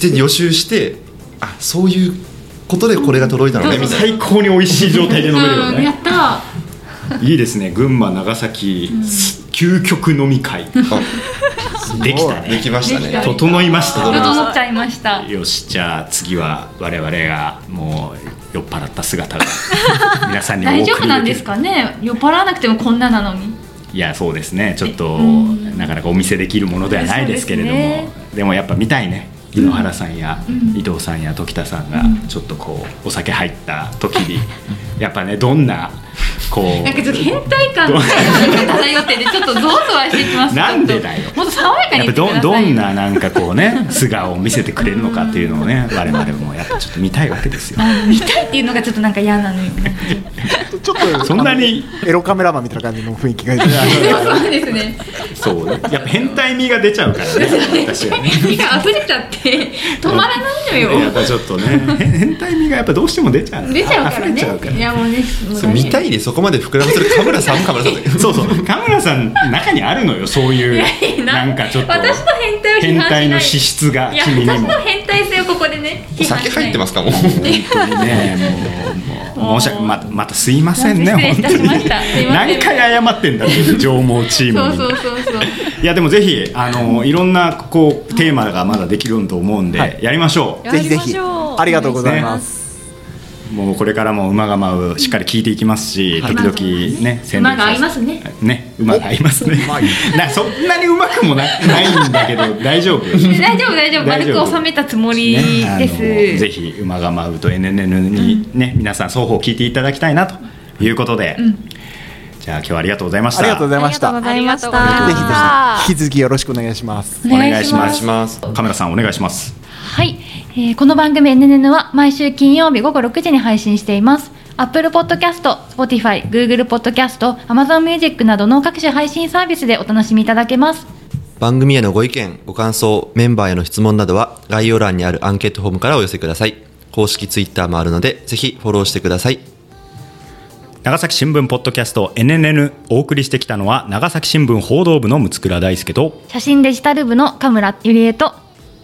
Speaker 5: 手に予習してあそういうことでこれが届いたのねみたい
Speaker 2: 最高に美味しい状態で飲めるよ
Speaker 4: うんや
Speaker 2: ね
Speaker 4: った
Speaker 2: いいですね群馬長崎、す究極飲み会できた
Speaker 5: あで
Speaker 2: ね
Speaker 5: きましたね
Speaker 2: 整いましたね
Speaker 4: 整っちゃいました
Speaker 2: よしじゃあ次は我々がもう酔っ払った姿 が皆さんにお送
Speaker 4: 大
Speaker 2: り
Speaker 4: 丈
Speaker 2: でき
Speaker 4: 夫
Speaker 2: る
Speaker 4: なんですかね酔っ払わなくてもこんななのに
Speaker 2: いやそうですねちょっと
Speaker 4: うん
Speaker 2: なかなかお見せできるものではないですけれども
Speaker 4: そう
Speaker 2: で
Speaker 4: ですね
Speaker 2: もやっぱ見たいね井ノ原さんや、
Speaker 4: うん
Speaker 2: 伊藤さんや時田さんがちょっとこうお酒入った時 にやっぱねどんなこ
Speaker 4: なんかちょっと
Speaker 2: う
Speaker 4: 変態感が 漂っててちょっとゾワゾワしてきます
Speaker 2: なんでだよ
Speaker 4: ちょっともっと爽やか
Speaker 2: や
Speaker 4: に
Speaker 2: っ
Speaker 4: 言
Speaker 2: ぱ
Speaker 4: ってくださ
Speaker 2: ど
Speaker 4: い
Speaker 2: どんななんかこうね素顔を見せてくれるのかっていうのを ね我々もやっぱちょっと見たいわけですよ。
Speaker 4: 見たいっていうのがちょっとなんか嫌なのよね
Speaker 6: ちょっと
Speaker 2: そんなに
Speaker 6: あのエロカメラマンみたいな感じの雰囲気が
Speaker 4: そうですね
Speaker 2: そうやっぱ変態味が出ちゃうからね私はね。
Speaker 4: 目が溢れちゃって止まらないの
Speaker 2: やっ
Speaker 4: よ
Speaker 2: ぱちょっとね変変態味がやっぱどうしても出ちゃう
Speaker 4: 出ちゃうから
Speaker 2: 溢れちゃうから
Speaker 4: ねいやもうねもう
Speaker 5: そう見たいでそこまで膨らませるカムラさんもカムラさ んだけど
Speaker 2: そうそう田村さん中にあるのよそういうなんかちょっと
Speaker 4: 私の変態を批
Speaker 2: 変
Speaker 4: 判しない
Speaker 2: 態の資質が
Speaker 4: いや
Speaker 2: 君に
Speaker 4: 私
Speaker 2: も
Speaker 4: の変態性をここでね批判
Speaker 5: 酒入ってますすかもう
Speaker 2: 本当にねもうもう申し訳ままたすいませんね
Speaker 4: 失礼い
Speaker 2: 本
Speaker 4: た
Speaker 2: 当
Speaker 4: し
Speaker 2: に
Speaker 4: ましたすいません
Speaker 2: 何回謝ってんだっていう上毛チーム
Speaker 4: そう
Speaker 2: に
Speaker 4: そうそうそう
Speaker 2: いやでもぜひあのいろんなこうテーマがまだできると思うんで、やりましょう
Speaker 6: ぜひぜひ
Speaker 7: やりましょう
Speaker 6: ありがとうございます
Speaker 2: もうこれからも馬が舞うしっかり聞いていきますし、時々ね宣伝
Speaker 4: 馬が合いますね
Speaker 2: ね馬が合いますねなそんなにうまくもなないんだけど大丈夫
Speaker 4: で大丈夫大丈夫
Speaker 2: 大丈夫
Speaker 4: 丸く収めたつもり
Speaker 2: ねあの
Speaker 4: です、
Speaker 2: ぜひ馬が舞うと NNN にね、皆さん双方聞いていただきたいなということで、じゃあ今日はありがとうございまし
Speaker 6: あ
Speaker 2: た
Speaker 6: りがとうございました
Speaker 3: ありがとうご
Speaker 6: ぜ
Speaker 3: ざ
Speaker 7: ありがと
Speaker 3: いまし
Speaker 7: うございま
Speaker 6: ひ
Speaker 7: した
Speaker 6: ぜ
Speaker 3: た
Speaker 6: ひ引き続きよろしくお願いします
Speaker 2: お願いします
Speaker 5: します
Speaker 2: カメラさんお願いします
Speaker 4: はい、えーこの番組 NNN は毎週金曜日午後6時に配信しています。Apple Podcast、Spotify、Google Podcast、Amazon Music などの各種配信サービスでお楽しみいただけます。
Speaker 5: 番組へのご意見ご感想メンバーへの質問などは概要欄にあるアンケートフォームからお寄せください公式ツイッターもあるのでぜひフォローしてください
Speaker 2: 長崎新聞ポッドキャスト NNN お送りしてきたのは長崎新聞報道部の六倉大輔と
Speaker 4: 写真デジタル部の神村ゆりえと、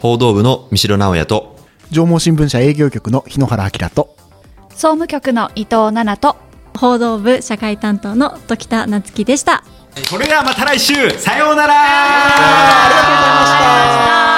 Speaker 5: 報道部の三城直也と
Speaker 6: 上毛新聞社営業局の日野原明と
Speaker 7: 総務局の伊藤奈々と
Speaker 3: 報道部社会担当の時田夏樹でした
Speaker 2: それではまた来週さようなら
Speaker 6: ありがとうございました